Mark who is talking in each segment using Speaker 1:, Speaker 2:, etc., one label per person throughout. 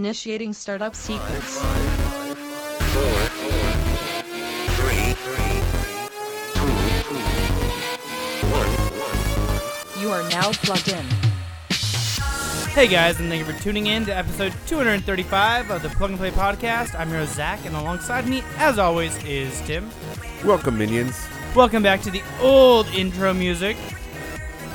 Speaker 1: Initiating startup sequence.
Speaker 2: four, three, two, one.
Speaker 1: You are now plugged in.
Speaker 3: Hey guys, and thank you for tuning in to episode 235 of the Plug and Play podcast. I'm your host, Zach, and alongside me, as always, is Tim.
Speaker 4: Welcome, minions.
Speaker 3: Welcome back to the old intro music,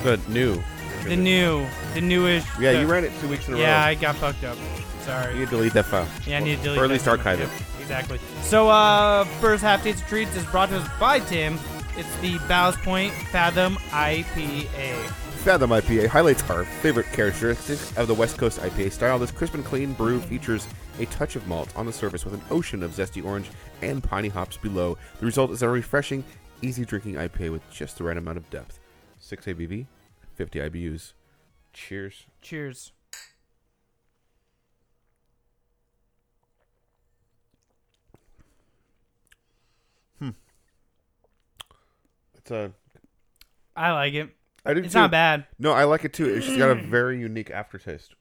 Speaker 4: The new.
Speaker 3: the new, the newish.
Speaker 4: Yeah,
Speaker 3: the-
Speaker 4: you ran it two weeks in a
Speaker 3: Yeah,
Speaker 4: row.
Speaker 3: I got fucked up.
Speaker 4: You
Speaker 3: Sorry.
Speaker 4: need to delete that file.
Speaker 3: Yeah, I need to delete
Speaker 4: Or at least
Speaker 3: that from my-
Speaker 4: archive it.
Speaker 3: yeah, Exactly. So, uh, first half dates and treats is brought to us by Tim. It's the Bows Point Fathom IPA.
Speaker 4: Fathom IPA highlights our favorite characteristics of the West Coast IPA style. This crisp and clean brew features a touch of malt on the surface with an ocean of zesty orange and piney hops below. The result is a refreshing, easy drinking IPA with just the right amount of depth. 6 ABV, 50 IBUs. Cheers.
Speaker 3: Cheers.
Speaker 4: It's a.
Speaker 3: I like it.
Speaker 4: I do
Speaker 3: It's
Speaker 4: too.
Speaker 3: not bad.
Speaker 4: No, I like it too. It's just got a very unique aftertaste.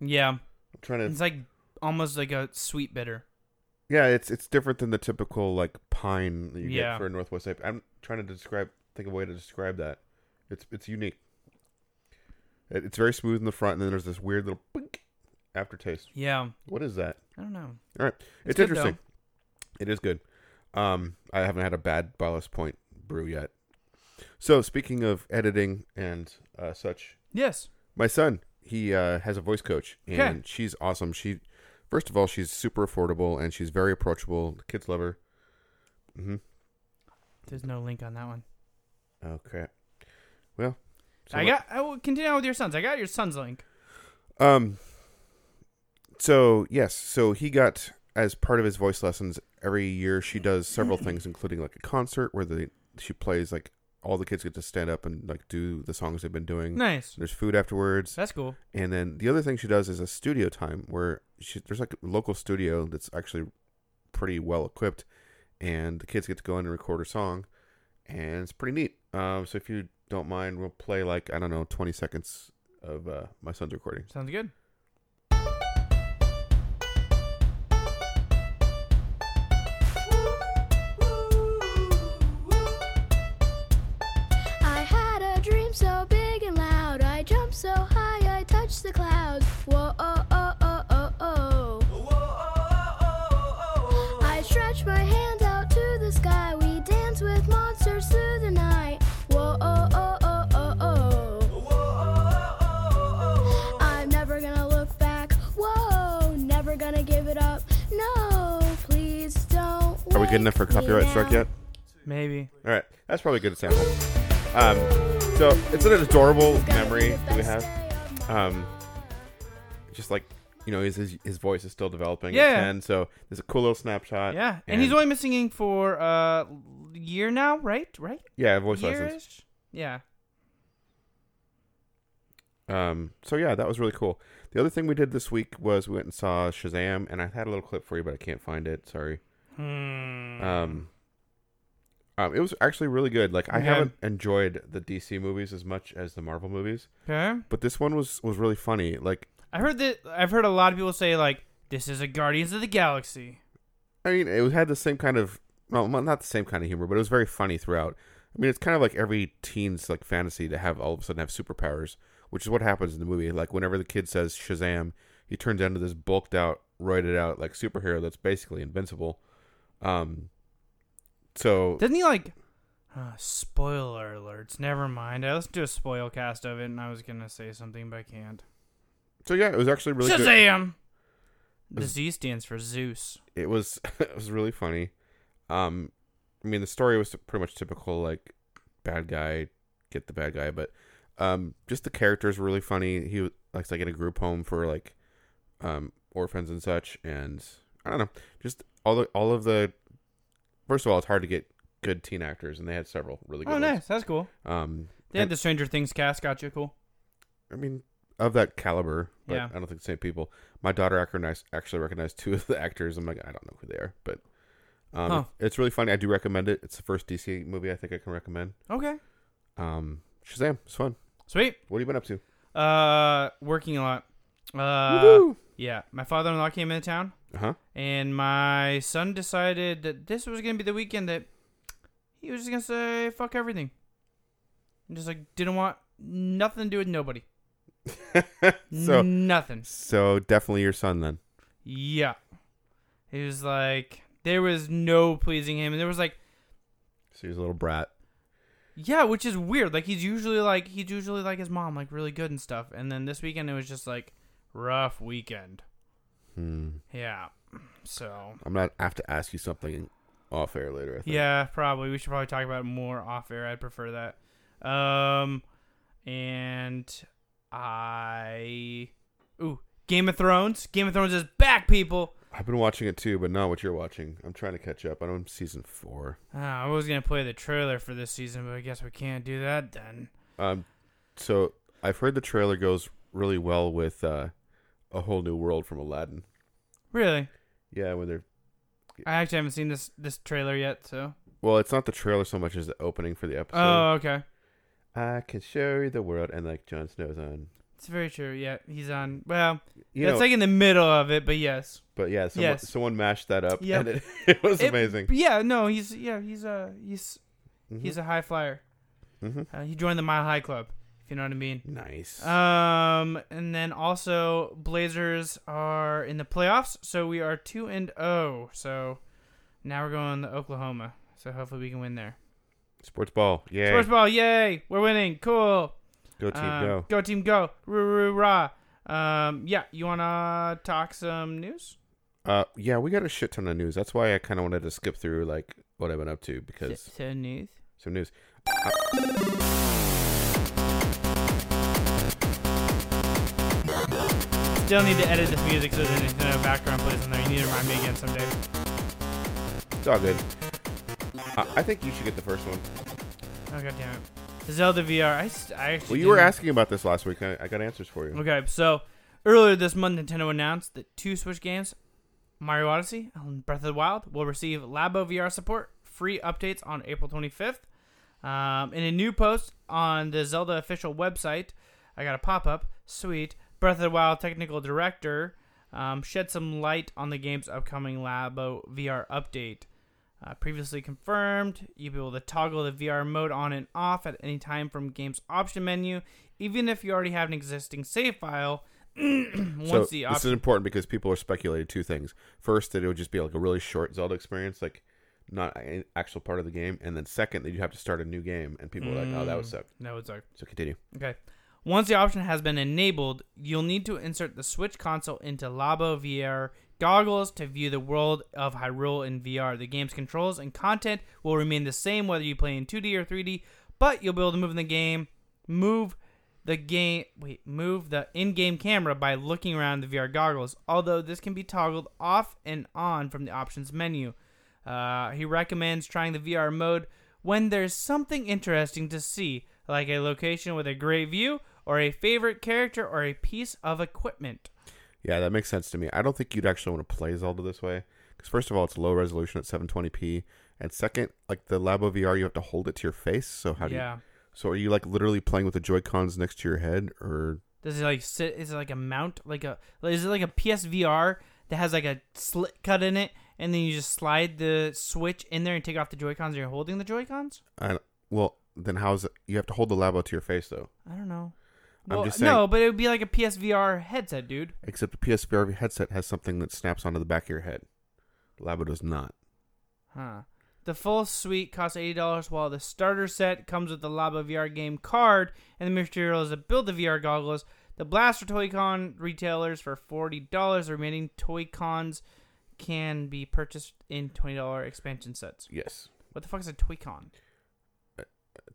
Speaker 3: Yeah.
Speaker 4: I'm trying to
Speaker 3: It's like almost like a sweet bitter.
Speaker 4: Yeah, it's it's different than the typical like pine that you
Speaker 3: Yeah.
Speaker 4: get for a Northwest IPA. I'm trying to describe, think of a way to describe that. It's it's unique. It- It's very smooth in the front, and then there's this weird little boink aftertaste.
Speaker 3: Yeah.
Speaker 4: What is that?
Speaker 3: I don't know.
Speaker 4: All right, it's,
Speaker 3: good,
Speaker 4: interesting. It is good. Um, I haven't had a bad Ballast Point brew yet. So speaking of editing and uh, such,
Speaker 3: Yes.
Speaker 4: my son, he uh, has a voice coach, and
Speaker 3: Okay.
Speaker 4: she's awesome. She, first of all, she's super affordable, and she's very approachable. The kids love her. Mm-hmm.
Speaker 3: There's no link on that one.
Speaker 4: Oh crap. Well, so
Speaker 3: I
Speaker 4: what-
Speaker 3: got. I will continue on with your sons. I got your son's link.
Speaker 4: Um. So yes, so he got as part of his voice lessons every year. She does several things, including like a concert where they she plays like all the kids get to stand up and like do the songs they've been doing.
Speaker 3: Nice.
Speaker 4: There's food afterwards.
Speaker 3: That's cool.
Speaker 4: And then the other thing she does is a studio time where she, there's like a local studio that's actually pretty well equipped, and the kids get to go in and record her song, and it's pretty neat. Um, so if you don't mind, we'll play like I don't know 20 seconds of uh, my son's recording.
Speaker 3: Sounds good.
Speaker 5: I had a dream so big and loud. I jumped so high, I touched the clouds. Whoa, oh, oh, oh, oh, oh. I stretched my hand out to the sky. We danced with monsters through the night. Whoa, oh, oh, oh, oh, oh. I'm never gonna look back. Whoa, never gonna give it up. No, please don't.
Speaker 4: Are we good enough for a
Speaker 5: wake me
Speaker 4: copyright strike
Speaker 5: now.
Speaker 4: yet?
Speaker 3: Maybe.
Speaker 4: All right, that's probably a good sample. Um, so it's an adorable memory that we have. Um, just like you know, his his, his voice is still developing.
Speaker 3: Yeah.
Speaker 4: And so there's a cool little snapshot.
Speaker 3: Yeah. And, he's only been singing for uh, year now, right? Right.
Speaker 4: yeah voice lessons.
Speaker 3: Yearish. Yeah.
Speaker 4: Um, so yeah, that was really cool. The other thing we did this week was we went and saw Shazam, and I had a little clip for you, but I can't find it. Sorry.
Speaker 3: Hmm.
Speaker 4: Um, um, it was actually really good. Like I
Speaker 3: Okay.
Speaker 4: haven't enjoyed the DC movies as much as the Marvel movies,
Speaker 3: Okay.
Speaker 4: but this one was was really funny. Like
Speaker 3: I heard that. I've heard a lot of people say like, "This is a Guardians of the Galaxy."
Speaker 4: I mean, it had the same kind of well, mo- not the same kind of humor, but it was very funny throughout. I mean, it's kind of like every teen's like fantasy to have all of a sudden have superpowers, which is what happens in the movie. Like whenever the kid says Shazam, he turns into this bulked out, roided out like superhero that's basically invincible. Um, so
Speaker 3: Doesn't he like? Uh, spoiler alerts. Never mind. I listened to a spoil cast of it, and I was gonna say something, but I can't.
Speaker 4: so yeah, it was actually really good.
Speaker 3: Shazam. The Z stands for Zeus.
Speaker 4: it was it was really funny. Um, I mean, the story was pretty much typical, like bad guy get the bad guy, but um, just the characters were really funny. He was like like in a group home for like um orphans and such, and I don't know, just all the all of the. First of all, it's hard to get good teen actors, and they had several really good.
Speaker 3: Oh,
Speaker 4: ones.
Speaker 3: nice. That's cool.
Speaker 4: Um,
Speaker 3: They had
Speaker 4: and-
Speaker 3: the Stranger Things cast. Gotcha. Cool.
Speaker 4: I mean, of that caliber, but
Speaker 3: Yeah.
Speaker 4: I don't think the same people. My daughter recognized, actually recognized two of the actors. I'm like, I don't know who they are, but um,
Speaker 3: Huh.
Speaker 4: it- it's really funny. I do recommend it. It's the first DC movie I think I can recommend.
Speaker 3: Okay.
Speaker 4: Um, Shazam, it's fun.
Speaker 3: Sweet.
Speaker 4: What have you been up to?
Speaker 3: Uh, working a lot. Uh,
Speaker 4: Woohoo!
Speaker 3: Yeah, my father-in-law came into town,
Speaker 4: Uh huh.
Speaker 3: and my son decided that this was gonna be the weekend that he was just gonna say fuck everything, and just like didn't want nothing to do with nobody,
Speaker 4: So
Speaker 3: nothing.
Speaker 4: so definitely your son then.
Speaker 3: Yeah, he was like there was no pleasing him, and there was like
Speaker 4: So he's a little brat.
Speaker 3: Yeah, which is weird. Like he's usually like he's usually like his mom, like really good and stuff. And then this weekend it was just like rough weekend.
Speaker 4: Hmm.
Speaker 3: Yeah. So
Speaker 4: I'm gonna have to ask you something off air later. I think.
Speaker 3: yeah, probably we should probably talk about it more off air. I'd prefer that. Um, and I ooh Game of Thrones. Game of Thrones is back, people.
Speaker 4: I've been watching it too, but not what you're watching. I'm trying to catch up. I'm on season four.
Speaker 3: Uh, I was gonna play the trailer for this season, but I guess we can't do that then.
Speaker 4: Um, so I've heard the trailer goes really well with uh, a whole new world from Aladdin.
Speaker 3: Really,
Speaker 4: Yeah, when they're
Speaker 3: I actually haven't seen this this trailer yet. So
Speaker 4: well, it's not the trailer so much as the opening for the episode.
Speaker 3: oh okay.
Speaker 4: I can show you the world, and like Jon Snow's on.
Speaker 3: It's very true. Yeah, he's on. Well,
Speaker 4: You
Speaker 3: that's
Speaker 4: know,
Speaker 3: like in the middle of it, but yes.
Speaker 4: but yeah, someone,
Speaker 3: yes.
Speaker 4: someone mashed that up,
Speaker 3: Yep.
Speaker 4: and it, it was
Speaker 3: It-
Speaker 4: amazing. Mm-hmm.
Speaker 3: yeah, no, he's yeah, he's a he's he's a high flyer.
Speaker 4: Mhm.
Speaker 3: Uh, he joined the Mile High Club, if you know what I mean.
Speaker 4: Nice.
Speaker 3: Um, and then also Blazers are in the playoffs, so we are two and zero. So now we're going to Oklahoma. So hopefully we can win there.
Speaker 4: Sports uh, ball, yeah.
Speaker 3: Sports ball, yay! We're winning. Cool.
Speaker 4: Go team,
Speaker 3: Um,
Speaker 4: go.
Speaker 3: Go team, go. Roo, roo, rah. Um, yeah, you wanna talk some news?
Speaker 4: Uh, yeah, we got a shit ton of news. That's why I kind of wanted to skip through like what I've been up to because
Speaker 3: So news.
Speaker 4: some news.
Speaker 3: Still need to edit this music so there's anything no background plays in there. You need to remind me again someday.
Speaker 4: It's all good. I, I think you should get the first one.
Speaker 3: Oh god damn it. Zelda VR. I, s- I actually.
Speaker 4: Well, you were
Speaker 3: didn't-
Speaker 4: asking about this last week. I, I got answers for you.
Speaker 3: Okay, so earlier this month, Nintendo announced that two Switch games, Mario Odyssey and Breath of the Wild, will receive Labo VR support, free updates on April 25th. Um, in a new post on the Zelda official website, I got a pop up. Sweet. Breath of the Wild technical director um, shed some light on the game's upcoming Labo VR update. Uh, previously confirmed, you'll be able to toggle the VR mode on and off at any time from game's option menu, even if you already have an existing save file. once
Speaker 4: So
Speaker 3: the
Speaker 4: this
Speaker 3: option
Speaker 4: is important because people are speculating two things. First, that it would just be like a really short Zelda experience, like not an actual part of the game, and then second, that you have to start a new game, and people are like, "Oh, that
Speaker 3: Mm.
Speaker 4: would suck."
Speaker 3: no, it's like
Speaker 4: So continue.
Speaker 3: Okay. Once the option has been enabled, you'll need to insert the Switch console into Labo VR goggles to view the world of Hyrule in VR. The game's controls and content will remain the same whether you play in 2D or 3D, but you'll be able to move in the game, move the game, wait, move the in-game camera by looking around the VR goggles. Although this can be toggled off and on from the options menu. Uh, he recommends trying the VR mode when there's something interesting to see, like a location with a great view, or a favorite character, or a piece of equipment.
Speaker 4: Yeah, that makes sense to me. I don't think you'd actually want to play Zelda this way because first of all, it's low resolution at 720p, and second, like the Labo VR, you have to hold it to your face. So how do you?
Speaker 3: yeah.
Speaker 4: So are you like literally playing with the Joy Cons next to your head, or
Speaker 3: Does it like sit? Is it like a mount? Like a? Is it like a PSVR that has like a slit cut in it, and then you just slide the switch in there and take off the Joy Cons? and You're holding the Joy Cons?
Speaker 4: I, well, then how's it? You have to hold the Labo to your face though.
Speaker 3: I don't know.
Speaker 4: I'm
Speaker 3: Well,
Speaker 4: just saying-
Speaker 3: no, but it would be like a PSVR headset, dude.
Speaker 4: Except the PSVR headset has something that snaps onto the back of your head. Labo does not.
Speaker 3: Huh. The full suite costs eighty dollars, while the starter set comes with the Labo VR game card and the materials that build the VR goggles. The Blaster Toy-Con retailers for forty dollars. The remaining Toy-Cons can be purchased in twenty dollar expansion sets.
Speaker 4: Yes.
Speaker 3: What the fuck is a Toy-Con?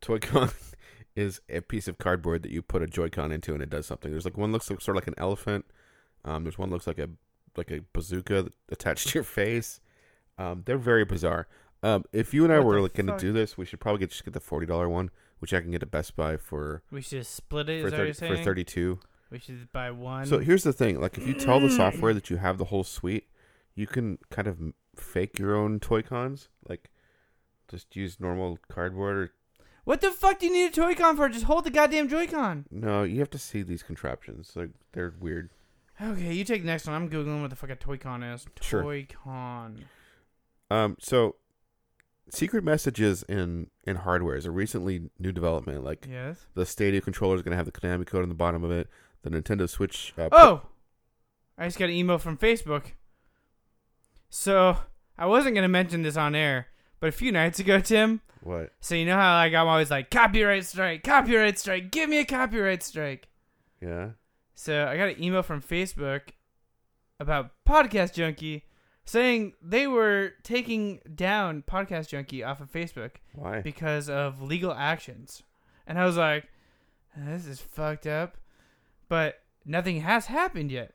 Speaker 4: Toy-Con is a piece of cardboard that you put a Joy-Con into and it does something. There's like one looks like, sort of like an elephant. Um, there's one looks like a like a bazooka attached to your face. Um, they're very bizarre. Um, if you and I
Speaker 3: What
Speaker 4: were
Speaker 3: the
Speaker 4: like going to
Speaker 3: fuck?
Speaker 4: do this, we should probably get, just get the forty dollar one, which I can get at Best Buy for
Speaker 3: We should split it.
Speaker 4: for
Speaker 3: is that what
Speaker 4: thirty
Speaker 3: you're
Speaker 4: for
Speaker 3: saying?
Speaker 4: thirty two.
Speaker 3: We should buy one.
Speaker 4: So here's the thing: like, if you tell the software that you have the whole suite, you can kind of m- fake your own toy cons. Like, just use normal cardboard. Or,
Speaker 3: what the fuck do you need a Toy-Con for? Just hold the goddamn Joy-Con.
Speaker 4: no, you have to see these contraptions. Like, they're weird.
Speaker 3: Okay, you take the next one. I'm googling what the fuck a toy con is.
Speaker 4: Sure.
Speaker 3: Toy con.
Speaker 4: Um, so secret messages in in hardware is a recently new development. Like
Speaker 3: Yes.
Speaker 4: the Stadia controller is going to have the Konami code on the bottom of it. The Nintendo Switch. Uh, pl-
Speaker 3: Oh, I just got an email from Facebook. So I wasn't gonna mention this on air, but a few nights ago, Tim.
Speaker 4: what?
Speaker 3: So you know how like I'm always like copyright strike, copyright strike, give me a copyright strike.
Speaker 4: Yeah.
Speaker 3: So I got an email from Facebook about Podcast Junkie saying they were taking down Podcast Junkie off of Facebook
Speaker 4: Why?
Speaker 3: because of legal actions. And I was like, this is fucked up. But nothing has happened yet.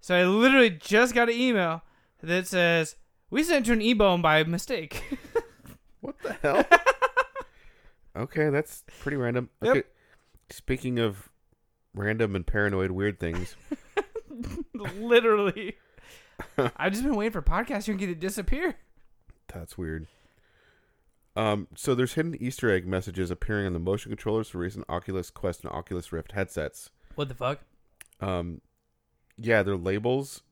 Speaker 3: So I literally just got an email that says, We sent you an e bone by mistake.
Speaker 4: what the hell? okay, that's pretty random.
Speaker 3: Yep.
Speaker 4: Okay. Speaking of random and paranoid weird things,
Speaker 3: literally. I've just been waiting for Podcast Junkie to disappear.
Speaker 4: that's weird. Um, so there's hidden Easter egg messages appearing on the motion controllers for recent Oculus Quest and Oculus Rift headsets.
Speaker 3: What the fuck?
Speaker 4: um yeah they're labels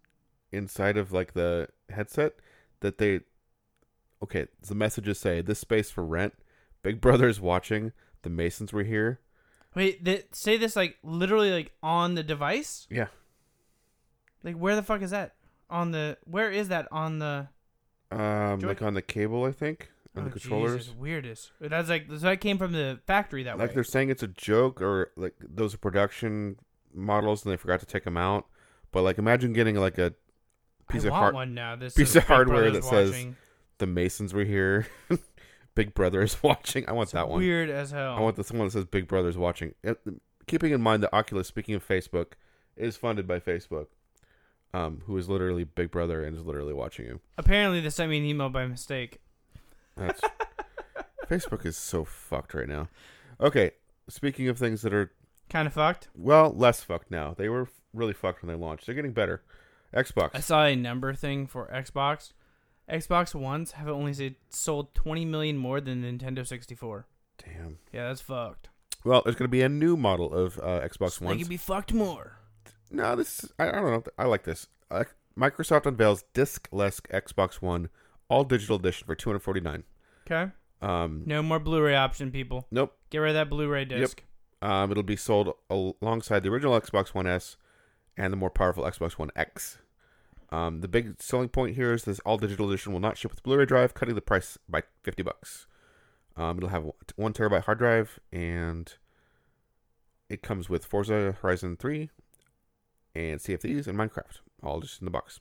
Speaker 4: inside of like the headset that they okay the messages say this space for rent big brother is watching the masons were here
Speaker 3: Wait, they say this like literally like on the device?
Speaker 4: yeah
Speaker 3: Like where the fuck is that? On the where is that on the
Speaker 4: um
Speaker 3: Joy-
Speaker 4: like on the cable i think on the controllers
Speaker 3: Oh, Jesus, weirdest. That's like so that came from the factory that
Speaker 4: like
Speaker 3: way.
Speaker 4: they're saying it's a joke or like those are production models and they forgot to take them out but like imagine getting like a piece
Speaker 3: I
Speaker 4: of
Speaker 3: want
Speaker 4: hard
Speaker 3: one now. This
Speaker 4: piece
Speaker 3: says
Speaker 4: of
Speaker 3: Big
Speaker 4: hardware
Speaker 3: Brother's
Speaker 4: that says
Speaker 3: watching.
Speaker 4: the masons were here big brother is watching i want
Speaker 3: It's
Speaker 4: that one
Speaker 3: Weird as hell.
Speaker 4: I want the someone that says Big Brother's watching. Uh, Keeping in mind that Oculus, speaking of Facebook, is funded by Facebook, um, who is literally Big Brother and is literally watching you.
Speaker 3: Apparently, they sent me an email by mistake.
Speaker 4: That's Facebook is so fucked right now. Okay, speaking of things that are
Speaker 3: Kind of fucked.
Speaker 4: well less fucked now, they were really fucked when they launched. They're getting better.
Speaker 3: I
Speaker 4: Xbox.
Speaker 3: saw a number thing for Xbox. Xbox Ones have only said- sold 20 million more than Nintendo 64.
Speaker 4: Damn.
Speaker 3: Yeah, that's fucked.
Speaker 4: Well, there's going to be a new model of uh, Xbox
Speaker 3: So
Speaker 4: One.
Speaker 3: They could be fucked more.
Speaker 4: No, this is- I, I don't know. I like this. Uh, Microsoft unveils disc-less Xbox One all digital edition for 249.
Speaker 3: Okay.
Speaker 4: Um,
Speaker 3: No more Blu-ray option, people.
Speaker 4: Nope.
Speaker 3: Get rid of that Blu-ray disc.
Speaker 4: Um, it'll be sold al- alongside the original Xbox One S and the more powerful Xbox One X. Um, the big selling point here is this all digital edition will not ship with Blu-ray drive, cutting the price by fifty bucks. Um, it'll have one- one terabyte hard drive, and it comes with Forza Horizon Three and CFDs and Minecraft, all just in the box.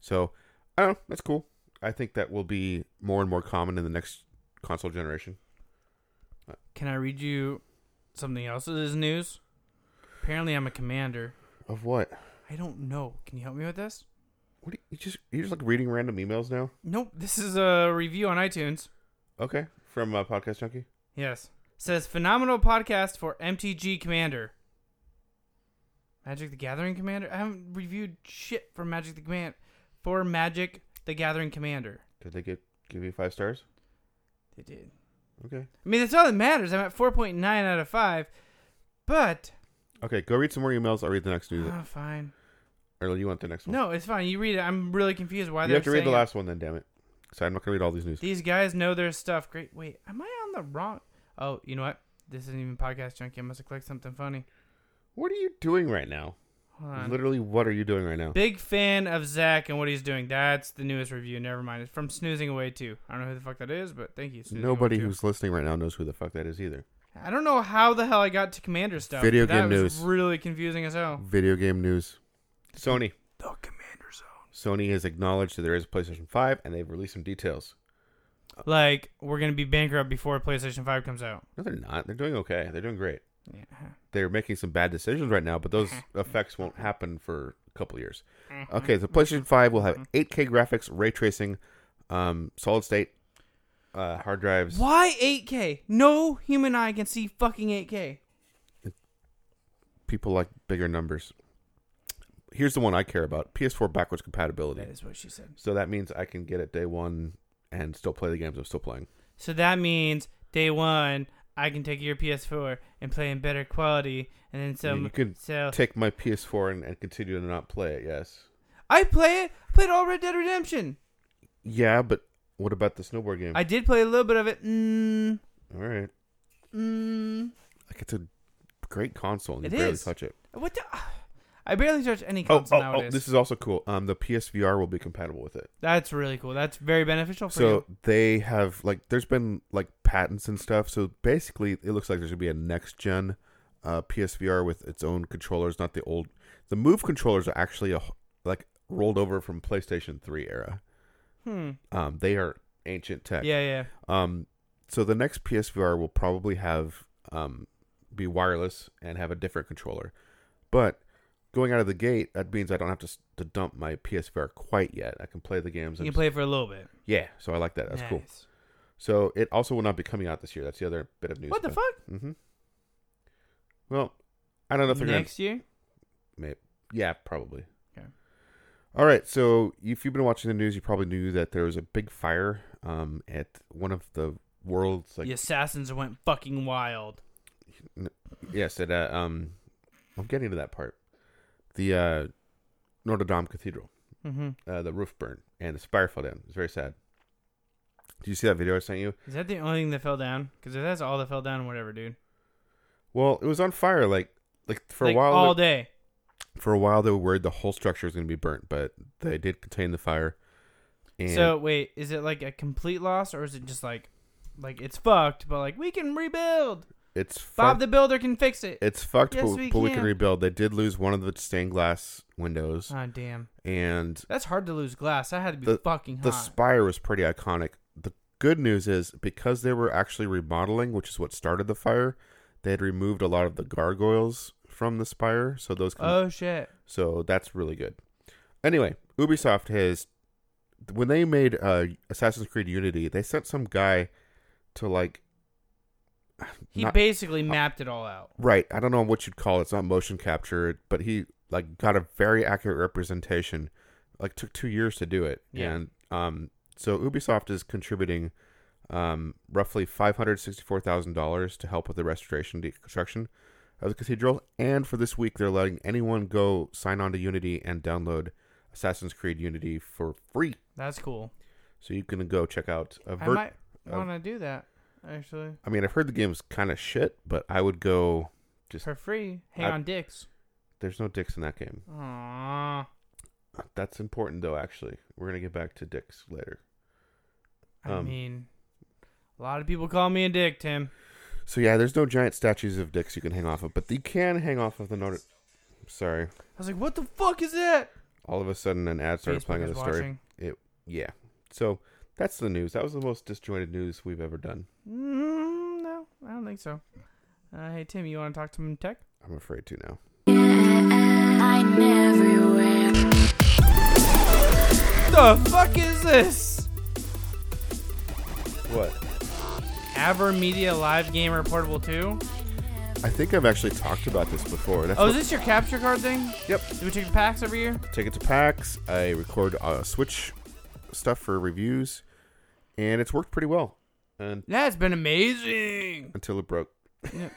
Speaker 4: So, I don't know. That's cool. I think that will be more and more common in the next console generation.
Speaker 3: Can I read you something else that is news? Apparently, I'm a commander.
Speaker 4: Of what?
Speaker 3: I don't know. Can you help me with this?
Speaker 4: What do you, you just you're just like reading random emails now?
Speaker 3: Nope. This is a review on iTunes.
Speaker 4: Okay, from uh, Podcast Junkie.
Speaker 3: Yes. Says phenomenal podcast for MTG Commander. Magic the Gathering Commander? I haven't reviewed shit for Magic the Command for Magic the Gathering Commander.
Speaker 4: Did they get give you five stars?
Speaker 3: They did.
Speaker 4: Okay.
Speaker 3: I mean that's all that matters. I'm at four point nine out of five. But
Speaker 4: Okay, go read some more emails. I'll read the next news.
Speaker 3: oh, fine.
Speaker 4: Or you want the next one?
Speaker 3: No, it's fine. You read it. I'm really confused why
Speaker 4: you
Speaker 3: they're
Speaker 4: have to read the
Speaker 3: saying-
Speaker 4: last one then. Damn it. So I'm not gonna read all these news.
Speaker 3: These guys know their stuff. Great. Wait, am I on the wrong Oh, you know what? This isn't even podcast junkie. I must have clicked something funny.
Speaker 4: What are you doing right now?
Speaker 3: Hold on.
Speaker 4: Literally, what are you doing right now?
Speaker 3: Big fan of Zach and what he's doing. That's the newest review. Never mind. It's from Snoozing Away too. I don't know who the fuck that is, but thank you. Snoozing
Speaker 4: Nobody
Speaker 3: Away, too.
Speaker 4: who's listening right now knows who the fuck that is either.
Speaker 3: I don't know how the hell I got to Commander stuff.
Speaker 4: Video
Speaker 3: but that
Speaker 4: game
Speaker 3: was
Speaker 4: news.
Speaker 3: Really confusing as hell.
Speaker 4: Video game news. Sony.
Speaker 3: The Commander Zone.
Speaker 4: Sony has acknowledged that there is a PlayStation 5, and they've released some details.
Speaker 3: Like we're gonna be bankrupt before PlayStation Five comes out.
Speaker 4: No, they're not. They're doing okay. They're doing great.
Speaker 3: Yeah.
Speaker 4: they're making some bad decisions right now, but those
Speaker 3: Mm-hmm.
Speaker 4: effects won't happen for a couple years. Okay, the PlayStation 5 will have
Speaker 3: Mm-hmm.
Speaker 4: 8K graphics, ray tracing, um, solid state uh, hard drives.
Speaker 3: Why 8K? No human eye can see fucking 8K.
Speaker 4: People like bigger numbers. Here's the one I care about PS4 backwards compatibility.
Speaker 3: That is what she said.
Speaker 4: So that means I can get it day one and still play the games I'm still playing.
Speaker 3: So that means day one, I can take your PS4 and play in better quality, and then some.
Speaker 4: you could
Speaker 3: so
Speaker 4: take my PS4 and, and continue to not play it. Yes.
Speaker 3: I play it. I played all Red Dead Redemption.
Speaker 4: Yeah, but what about the snowboard game?
Speaker 3: I did play a little bit of it. Mm,
Speaker 4: All right,
Speaker 3: mm,
Speaker 4: like it's a great console. And you
Speaker 3: It
Speaker 4: barely
Speaker 3: is.
Speaker 4: touch it.
Speaker 3: what the? I barely touch any
Speaker 4: Oh,
Speaker 3: console
Speaker 4: oh, oh,
Speaker 3: nowadays.
Speaker 4: this is also cool. Um, the PSVR will be compatible with it.
Speaker 3: That's really cool. That's very beneficial for
Speaker 4: So
Speaker 3: you.
Speaker 4: they have like there's been like patents and stuff. So basically, it looks like there's gonna be a next gen uh, PSVR with its own controllers, not the old. The Move controllers are actually a h- like rolled over from PlayStation Three era.
Speaker 3: Hmm.
Speaker 4: Um, they are ancient tech.
Speaker 3: Yeah, yeah.
Speaker 4: Um, so the next PSVR will probably have um be wireless and have a different controller, but going out of the gate, that means I don't have to s- to dump my PSVR quite yet. I can play the games.
Speaker 3: You
Speaker 4: I'm
Speaker 3: can play it for a little bit.
Speaker 4: yeah, so I like that. That's cool.
Speaker 3: Nice.
Speaker 4: So it also will not be coming out this year. That's the other bit of news.
Speaker 3: What the fuck?
Speaker 4: Mm-hmm. Well, I don't know if they're
Speaker 3: Next year?
Speaker 4: gonna. Maybe, yeah, probably.
Speaker 3: Okay.
Speaker 4: All right. So if you've been watching the news, you probably knew that there was a big fire um, at one of the world's like
Speaker 3: the assassins went fucking wild.
Speaker 4: yes, at uh, um, I'm getting to that part. The uh, Notre Dame Cathedral.
Speaker 3: Mm-hmm.
Speaker 4: Uh, the roof burned and the spire fell down. It's very sad. Did you see that video I sent you?
Speaker 3: Is that the only thing that fell down? Because if that's all that fell down, whatever, dude.
Speaker 4: Well, it was on fire like like for
Speaker 3: Like,
Speaker 4: a while.
Speaker 3: all
Speaker 4: there-
Speaker 3: day.
Speaker 4: for a while they were worried the whole structure was going to be burnt, but they did contain the fire. And
Speaker 3: So wait, is it like a complete loss, or is it just like, like it's fucked, but like we can rebuild.
Speaker 4: it's
Speaker 3: Bob
Speaker 4: fucked.
Speaker 3: the Builder can fix it.
Speaker 4: it's fucked,
Speaker 3: Yes,
Speaker 4: but,
Speaker 3: we
Speaker 4: but we can
Speaker 3: can.
Speaker 4: rebuild. They did lose one of the stained glass windows,
Speaker 3: Oh damn,
Speaker 4: and
Speaker 3: that's hard to lose glass. That had to be
Speaker 4: The-
Speaker 3: fucking hot.
Speaker 4: the spire was pretty iconic. The good news is because they were actually remodeling, which is what started the fire, they had removed a lot of the gargoyles from the spire, so those can
Speaker 3: oh shit.
Speaker 4: So that's really good. Anyway, Ubisoft has when they made uh, Assassin's Creed Unity, they sent some guy to like
Speaker 3: He
Speaker 4: not-
Speaker 3: basically mapped it all out.
Speaker 4: right. I don't know what you'd call it. It's not motion capture, but he like got a very accurate representation. Like took two years to do it,
Speaker 3: Yeah.
Speaker 4: and um, so Ubisoft is contributing um roughly five hundred sixty four thousand dollars to help with the restoration deconstruction of the cathedral. And for this week, they're letting anyone go sign on to Unity and download Assassin's Creed Unity for free.
Speaker 3: That's cool.
Speaker 4: So you can go check out a
Speaker 3: I
Speaker 4: ver-
Speaker 3: might
Speaker 4: uh,
Speaker 3: want to do that actually
Speaker 4: I mean, I've heard the game's kind of shit, but I would go. Just
Speaker 3: for free. Hang
Speaker 4: I-
Speaker 3: on, dicks.
Speaker 4: there's no dicks in that game.
Speaker 3: Aww.
Speaker 4: That's important though. Actually, we're gonna get back to dicks later.
Speaker 3: I
Speaker 4: Um,
Speaker 3: mean, a lot of people call me a dick, Tim.
Speaker 4: So yeah, there's no giant statues of dicks you can hang off of, but you can hang off of the Notre. Sorry,
Speaker 3: I was like, what the fuck is that?
Speaker 4: all of a sudden an ad started
Speaker 3: Facebook
Speaker 4: playing on
Speaker 3: is
Speaker 4: the story.
Speaker 3: watching.
Speaker 4: It yeah. So that's the news. That was the most disjointed news we've ever done.
Speaker 3: Mm, no, I don't think so. Uh, hey, Tim, you want to talk to him in tech?
Speaker 4: I'm afraid to now.
Speaker 6: I'm everywhere.
Speaker 3: The fuck is this?
Speaker 4: What?
Speaker 3: Aver Media Live Gamer Portable 2?
Speaker 4: I think I've actually talked about this before. That's
Speaker 3: Oh, is
Speaker 4: what-
Speaker 3: this your capture card thing?
Speaker 4: Yep.
Speaker 3: Do we take the packs every year?
Speaker 4: Take it to PAX. I record uh, Switch stuff for reviews, and it's worked pretty well. And
Speaker 3: That's been amazing.
Speaker 4: until it broke.
Speaker 3: Yep.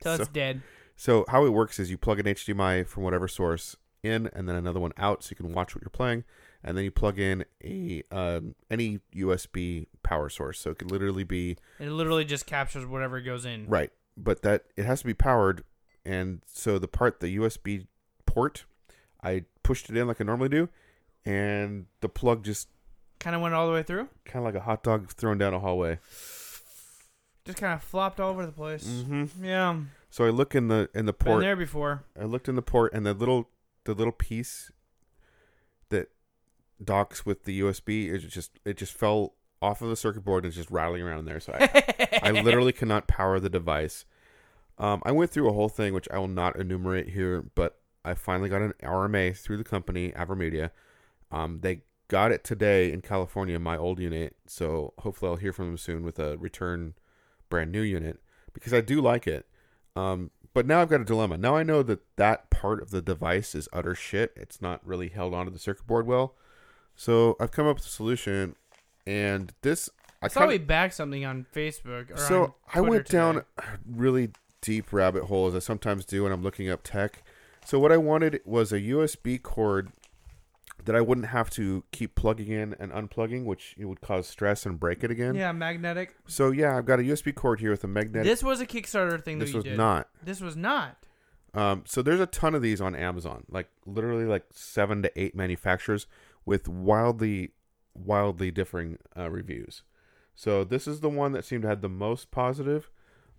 Speaker 3: Till
Speaker 4: so,
Speaker 3: it's dead.
Speaker 4: so how it works is you plug an HDMI from whatever source in, and then another one out, so you can watch what you're playing, and then you plug in a um, any USB power source. So it could literally be
Speaker 3: It literally just captures whatever goes in.
Speaker 4: Right, but that it has to be powered, and so the part the USB port, I pushed it in like I normally do, and the plug just
Speaker 3: Kind of went all the way through.
Speaker 4: kind of like a hot dog thrown down a hallway.
Speaker 3: Just kind of flopped all over the place.
Speaker 4: Mm-hmm.
Speaker 3: Yeah.
Speaker 4: So I look in the in the
Speaker 3: Been
Speaker 4: port.
Speaker 3: there before.
Speaker 4: I looked in the port, and the little the little piece that docks with the USB is just it just fell off of the circuit board and is just rattling around in there. So I, I literally cannot power the device. Um, I went through a whole thing, which I will not enumerate here, but I finally got an RMA through the company, Avermedia. Um, they got it today in California, my old unit. So hopefully I'll hear from them soon with a return brand new unit because I do like it. Um, but now I've got a dilemma. Now I know that that part of the device is utter shit. It's not really held onto the circuit board well. So I've come up with a solution, and this I
Speaker 3: saw
Speaker 4: kinda-
Speaker 3: we bagged something on Facebook. Or on
Speaker 4: so I
Speaker 3: Twitter
Speaker 4: went
Speaker 3: today.
Speaker 4: down really deep rabbit holes. I sometimes do when I'm looking up tech. So what I wanted was a USB cord that I wouldn't have to keep plugging in and unplugging, which it would cause stress and break it again.
Speaker 3: Yeah, magnetic.
Speaker 4: So yeah, I've got a USB cord here with a magnetic.
Speaker 3: This was a Kickstarter thing that
Speaker 4: This
Speaker 3: you
Speaker 4: was
Speaker 3: did.
Speaker 4: not.
Speaker 3: This was not.
Speaker 4: Um, so there's a ton of these on Amazon, like literally like seven to eight manufacturers with wildly, wildly differing uh, reviews. So this is the one that seemed to have the most positive.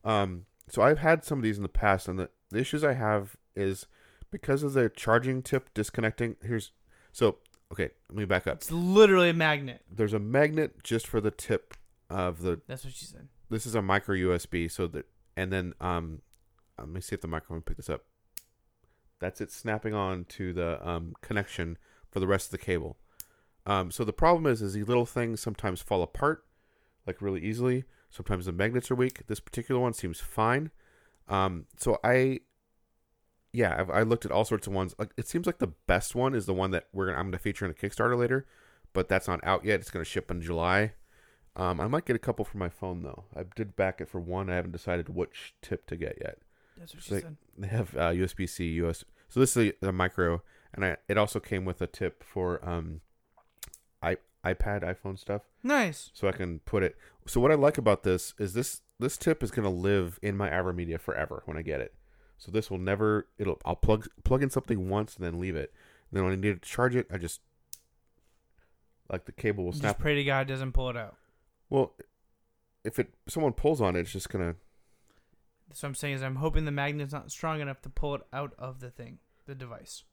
Speaker 4: Um, so I've had some of these in the past, and the, the issues I have is because of the charging tip disconnecting. Here's so okay. Let me back up.
Speaker 3: It's literally a magnet.
Speaker 4: There's a magnet just for the tip of the
Speaker 3: That's what she said.
Speaker 4: this is a micro USB. So that and then um, let me see if the microphone picked this up. That's it snapping on to the um, connection for the rest of the cable. Um, so the problem is, is these little things sometimes fall apart, like really easily. Sometimes the magnets are weak. This particular one seems fine. Um, so I, yeah, I've, I looked at all sorts of ones. Like it seems like the best one is the one that we're gonna, I'm gonna feature in a Kickstarter later, but that's not out yet. It's gonna ship in July. Um, I might get a couple for my phone though. I did back it for one. I haven't decided which tip to get yet.
Speaker 3: That's what she
Speaker 4: So they,
Speaker 3: said.
Speaker 4: they have uh, USB C, US. So this is a, a micro, and I, it also came with a tip for um, i iPad, iPhone stuff,
Speaker 3: Nice.
Speaker 4: so I can put it. So what I like about this is this this tip is gonna live in my AverMedia forever when I get it. So this will never. It'll. I'll plug plug in something once and then leave it. And then when I need to charge it, I just like the cable will snap
Speaker 3: Just pray to God it doesn't pull it out.
Speaker 4: well, if it someone pulls on it, it's just gonna.
Speaker 3: That's what I'm saying is I'm hoping the magnet's not strong enough to pull it out of the thing, the device.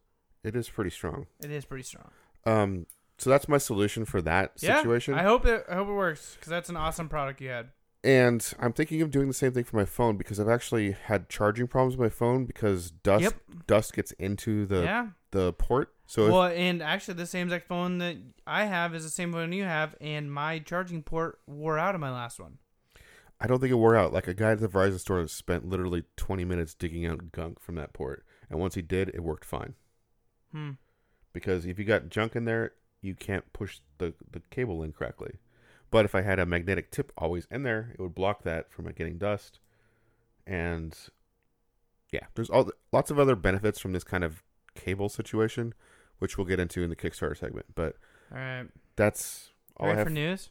Speaker 4: It is pretty strong.
Speaker 3: It is pretty strong.
Speaker 4: Um, so that's my solution for that situation.
Speaker 3: Yeah, I hope it. I hope it works because that's an awesome product you had.
Speaker 4: and I'm thinking of doing the same thing for my phone because I've actually had charging problems with my phone because dust
Speaker 3: Yep.
Speaker 4: dust gets into the
Speaker 3: yeah.
Speaker 4: the port. So if-
Speaker 3: Well, and actually, the same exact phone that I have is the same phone you have, and my charging port wore out on my last one.
Speaker 4: I don't think it wore out. Like a guy at the Verizon store spent literally 20 minutes digging out gunk from that port, and once he did, it worked fine.
Speaker 3: Hmm.
Speaker 4: because if you got junk in there, you can't push the, the cable in correctly. But if I had a magnetic tip always in there, it would block that from it getting dust. And yeah, there's all lots of other benefits from this kind of cable situation, which we'll get into in the Kickstarter segment. But
Speaker 3: All right.
Speaker 4: that's all
Speaker 3: Ready
Speaker 4: I have.
Speaker 3: for news?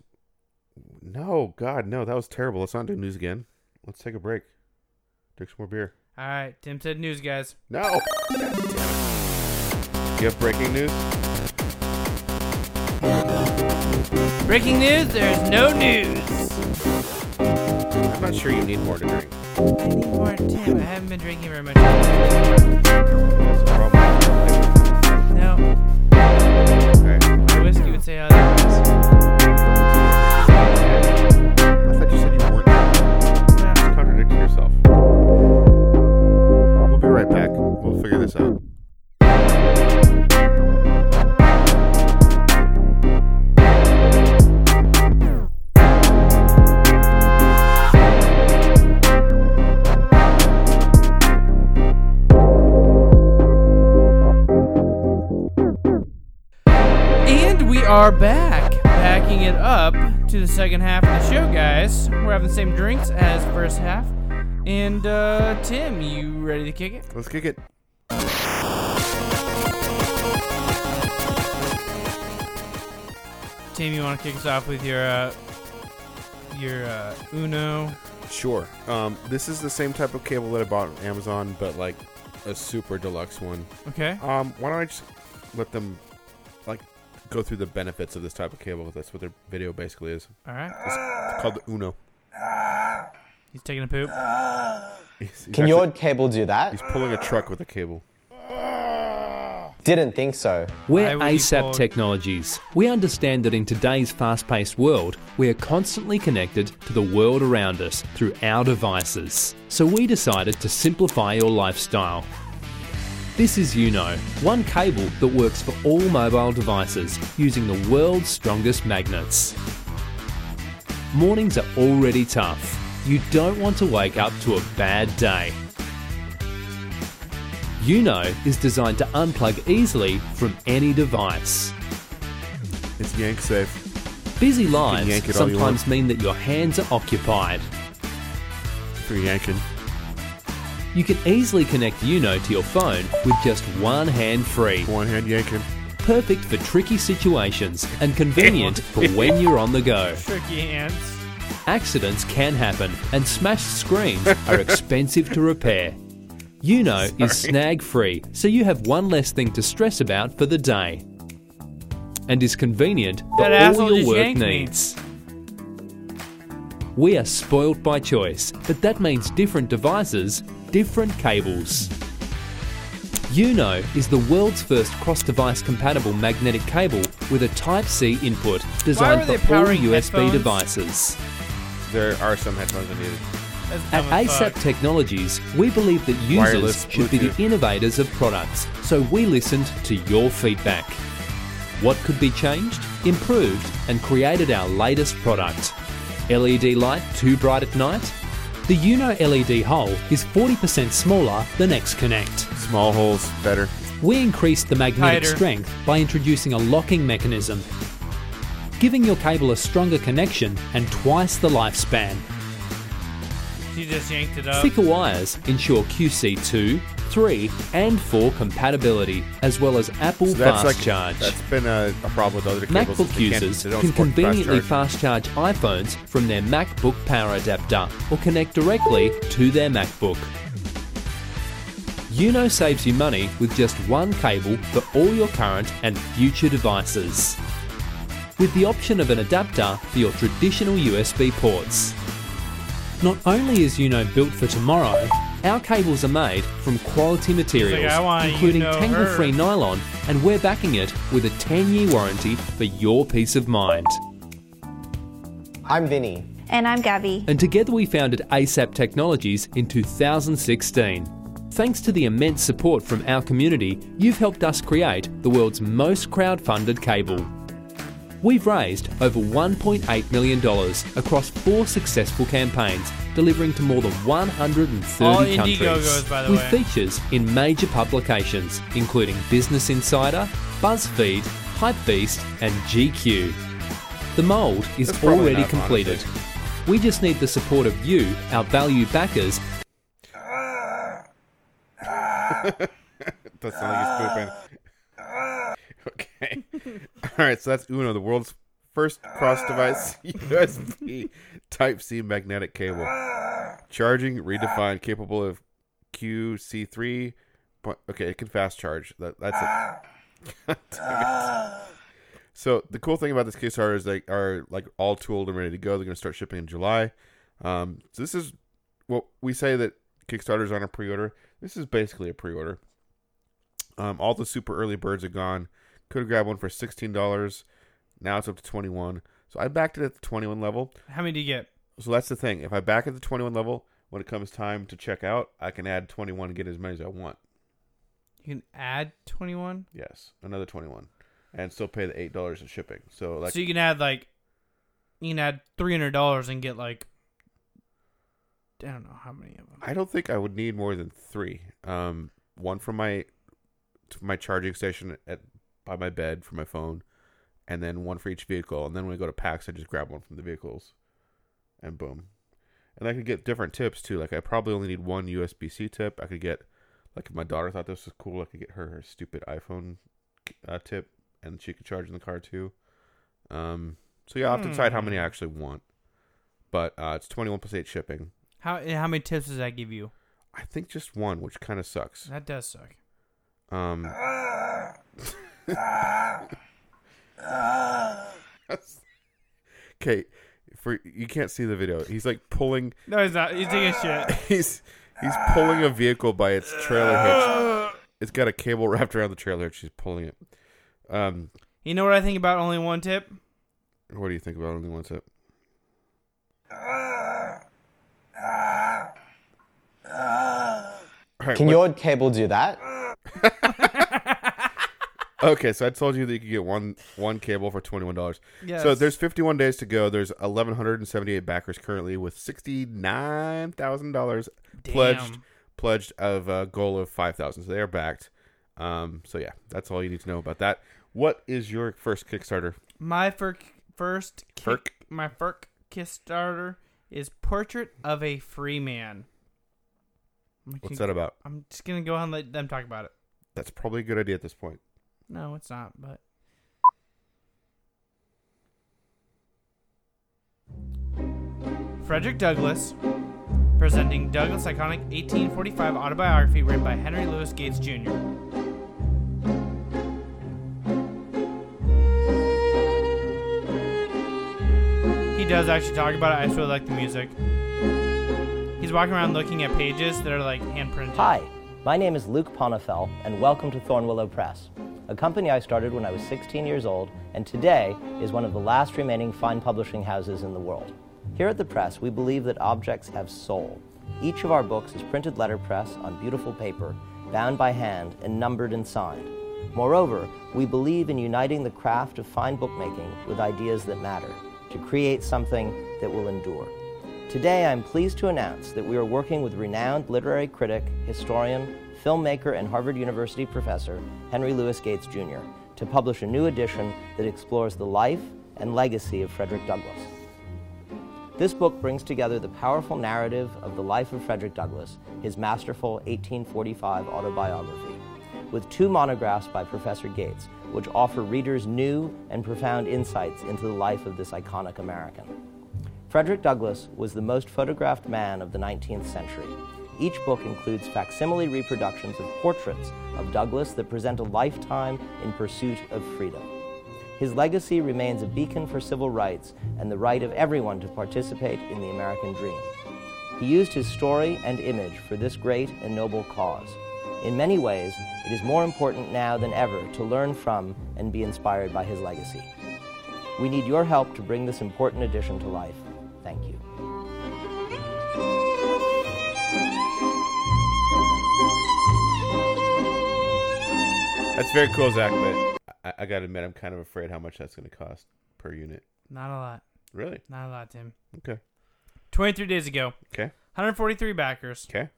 Speaker 4: no, God, no, that was terrible. Let's not do news again. Let's take a break. Drink some more beer.
Speaker 3: All right. Tim said news, guys.
Speaker 4: No. God damn it. You have breaking news?
Speaker 3: Breaking news. There's no news.
Speaker 4: I'm not sure you need more to drink.
Speaker 3: I need more Tim. I haven't been drinking very much.
Speaker 4: That's the problem.
Speaker 3: No,
Speaker 4: Alright.
Speaker 3: my whiskey would say otherwise.
Speaker 4: I thought you said you weren't
Speaker 3: Yeah.
Speaker 4: contradicting yourself. We'll be right back. We'll figure this out.
Speaker 3: And we are back, backing it up to the second half of the show, guys. We're having the same drinks as first half. And uh, Tim, you ready to kick it?
Speaker 4: Let's kick it.
Speaker 3: Tim, you want to kick us off with your uh, your uh, Uno?
Speaker 4: Sure. Um, this is the same type of cable that I bought on Amazon, but like a super deluxe one.
Speaker 3: Okay.
Speaker 4: Um, why don't I just let them like go through the benefits of this type of cable? That's what their video basically is.
Speaker 3: All right.
Speaker 4: It's called the Uno.
Speaker 3: He's taking a poop.
Speaker 4: He's, he's
Speaker 7: Can your
Speaker 4: actually-
Speaker 7: cable do that?
Speaker 4: He's pulling a truck with a cable.
Speaker 7: Didn't think so.
Speaker 3: I
Speaker 8: We're
Speaker 3: would be
Speaker 8: ASAP
Speaker 3: called-
Speaker 8: Technologies. We understand that in today's fast paced world, we are constantly connected to the world around us through our devices. So we decided to simplify your lifestyle. This is Uno, one cable that works for all mobile devices using the world's strongest magnets. Mornings are already tough. You don't want to wake up to a bad day. Uno is designed to unplug easily from any device.
Speaker 4: It's yank safe.
Speaker 8: Busy
Speaker 4: yank
Speaker 8: lives
Speaker 4: it all you
Speaker 8: sometimes
Speaker 4: want.
Speaker 8: mean that your hands are occupied.
Speaker 4: For yanking.
Speaker 8: You can easily connect Uno to your phone with just one hand free.
Speaker 4: One hand yanking.
Speaker 8: Perfect for tricky situations and convenient for when you're on the go.
Speaker 3: Tricky ants.
Speaker 8: Accidents can happen, and smashed screens are expensive to repair. Uno is snag free, so you have one less thing to stress about for the day. And is convenient for
Speaker 3: That asshole
Speaker 8: all your
Speaker 3: just
Speaker 8: work
Speaker 3: yanked me.
Speaker 8: needs. We are spoilt by choice, but that means different devices, different cables. Uno is the world's first cross device compatible magnetic cable with a Type C input designed
Speaker 3: they
Speaker 8: for all
Speaker 3: powering
Speaker 8: USB
Speaker 3: headphones?
Speaker 8: devices.
Speaker 4: There are some headphones that need
Speaker 3: That's
Speaker 8: At
Speaker 3: dumb as
Speaker 8: ASAP
Speaker 3: fuck.
Speaker 8: Technologies, we believe that users
Speaker 4: Wireless
Speaker 8: should be the
Speaker 4: Bluetooth.
Speaker 8: innovators of products, so we listened to your feedback. What could be changed, improved, and created our latest product? LED light too bright at night? The Uno LED hole is 40% smaller than X Connect.
Speaker 4: small holes better.
Speaker 8: We increased the magnetic
Speaker 3: Tighter.
Speaker 8: strength by introducing a locking mechanism, giving your cable a stronger connection and twice the lifespan.
Speaker 3: She just yanked it up.
Speaker 8: Thicker wires ensure QC2, 3, and 4 compatibility, as well as Apple
Speaker 4: So that's
Speaker 8: Fast
Speaker 4: like
Speaker 8: Charge.
Speaker 4: that's been a, a problem with other cables.
Speaker 8: MacBook
Speaker 4: They can't-
Speaker 8: users
Speaker 4: they don't
Speaker 8: can
Speaker 4: support
Speaker 8: conveniently
Speaker 4: fast
Speaker 8: fast charge iPhones from their MacBook power adapter or connect directly to their MacBook. Uno saves you money with just one cable for all your current and future devices. With the option of an adapter for your traditional USB ports. Not only is Uno built for tomorrow, our cables are made from quality materials,
Speaker 3: "I want a
Speaker 8: including
Speaker 3: Uno
Speaker 8: tangle
Speaker 3: her."
Speaker 8: free nylon, and we're backing it with a 10 year warranty for your peace of mind.
Speaker 7: I'm Vinny.
Speaker 9: And I'm Gabby.
Speaker 8: And together we founded ASAP Technologies in 2016. Thanks to the immense support from our community, you've helped us create the world's most crowd-funded cable. We've raised over $1.8 million across four successful campaigns, delivering to more than 130
Speaker 3: All
Speaker 8: countries.
Speaker 3: Indiegogos, Oh, by the
Speaker 8: with
Speaker 3: way.
Speaker 8: features in major publications, including Business Insider, BuzzFeed, Hypebeast, and GQ. The mould is
Speaker 4: That's probably
Speaker 8: already
Speaker 4: enough,
Speaker 8: completed.
Speaker 4: honestly.
Speaker 8: We just need the support of you, our value backers,
Speaker 4: charge. Doesn't sound like he's pooping. okay. All right. So that's Uno, the world's first cross device USB Type C magnetic cable. Charging redefined, capable of QC3. Point, okay, it can fast charge. That, that's it. Damn it. So the cool thing about this QSR is they are like all tooled and ready to go. They're going to start shipping in July. Um, so this is well, we say that Kickstarter's on a pre-order. This is basically a pre-order. Um, all the super early birds are gone. Could grab one for sixteen dollars. Now it's up to twenty-one. So I backed it at the twenty-one level.
Speaker 3: How many do you get?
Speaker 4: So that's the thing. If I back at the twenty-one level, when it comes time to check out, I can add twenty-one and get as many as I want.
Speaker 3: You can add 21?
Speaker 4: Yes, another twenty-one, and still pay the eight dollars of shipping. So like,
Speaker 3: so you can add like, you can add $300 and get like, I don't know how many of them.
Speaker 4: I don't think I would need more than three. Um, one from my to my charging station at by my bed for my phone, and then one for each vehicle. And then when I go to PAX, I just grab one from the vehicles, and boom. And I could get different tips too. Like I probably only need one USB C tip. I could get like if my daughter thought this was cool, I could get her her stupid iPhone uh, tip, and she could charge in the car too. Um, so yeah, I will have to decide how many I actually want. But uh, it's twenty one plus eight shipping.
Speaker 3: How, and how many tips does that give you?
Speaker 4: I think just one, which kind of sucks.
Speaker 3: That does suck.
Speaker 4: Um, okay, for you can't see the video. He's like pulling.
Speaker 3: No, he's not. He's taking a shit.
Speaker 4: He's he's pulling a vehicle by its trailer hitch. It's got a cable wrapped around the trailer hitch. He's pulling it. Um,
Speaker 3: You know what I think about only one tip?
Speaker 4: what do you think about only one tip? All right,
Speaker 7: Can
Speaker 4: what-
Speaker 7: your cable do that?
Speaker 4: Okay, so I told you that you could get one one cable for twenty one dollars.
Speaker 3: Yes.
Speaker 4: So there's fifty one days to go. There's eleven hundred and seventy eight backers currently with sixty nine thousand dollars pledged
Speaker 3: Damn.
Speaker 4: pledged of a goal of five thousand. So they are backed. Um, so yeah, that's all you need to know about that. What is your first Kickstarter?
Speaker 3: My fir- first kick,
Speaker 4: Firk.
Speaker 3: my first kiss starter is Portrait of a Free Man.
Speaker 4: What's that about?
Speaker 3: I'm just gonna go on and let them talk about it.
Speaker 4: That's probably a good idea at this point.
Speaker 3: No, it's not. But Frederick Douglass, presenting Douglass' iconic 1845 autobiography written by Henry Louis Gates Jr. He does actually talk about it. I just really like the music. He's walking around looking at pages that are like hand printed.
Speaker 9: Hi, my name is Luke Ponifel, and welcome to Thornwillow Press, a company I started when I was 16 years old, and today is one of the last remaining fine publishing houses in the world. Here at the press, we believe that objects have soul. Each of our books is printed letterpress on beautiful paper, bound by hand, and numbered and signed. Moreover, we believe in uniting the craft of fine bookmaking with ideas that matter to create something that will endure. Today, I'm pleased to announce that we are working with renowned literary critic, historian, filmmaker, and Harvard University professor Henry Louis Gates Jr. to publish a new edition that explores the life and legacy of Frederick Douglass. This book brings together the powerful narrative of the life of Frederick Douglass, his masterful 1845 autobiography, with two monographs by Professor Gates, which offer readers new and profound insights into the life of this iconic American. Frederick Douglass was the most photographed man of the 19th century. Each book includes facsimile reproductions of portraits of Douglass that present a lifetime in pursuit of freedom. His legacy remains a beacon for civil rights and the right of everyone to participate in the American dream. He used his story and image for this great and noble cause. In many ways, it is more important now than ever to learn from and be inspired by his legacy. We need your help to bring this important addition to life. Thank you.
Speaker 4: That's very cool, Zach. But I, I gotta admit, I'm kind of afraid how much that's gonna cost per unit.
Speaker 3: Not a lot.
Speaker 4: Really?
Speaker 3: Not a lot, Tim.
Speaker 4: Okay.
Speaker 3: 23 days ago,
Speaker 4: Okay.
Speaker 3: 143 backers.
Speaker 4: Okay.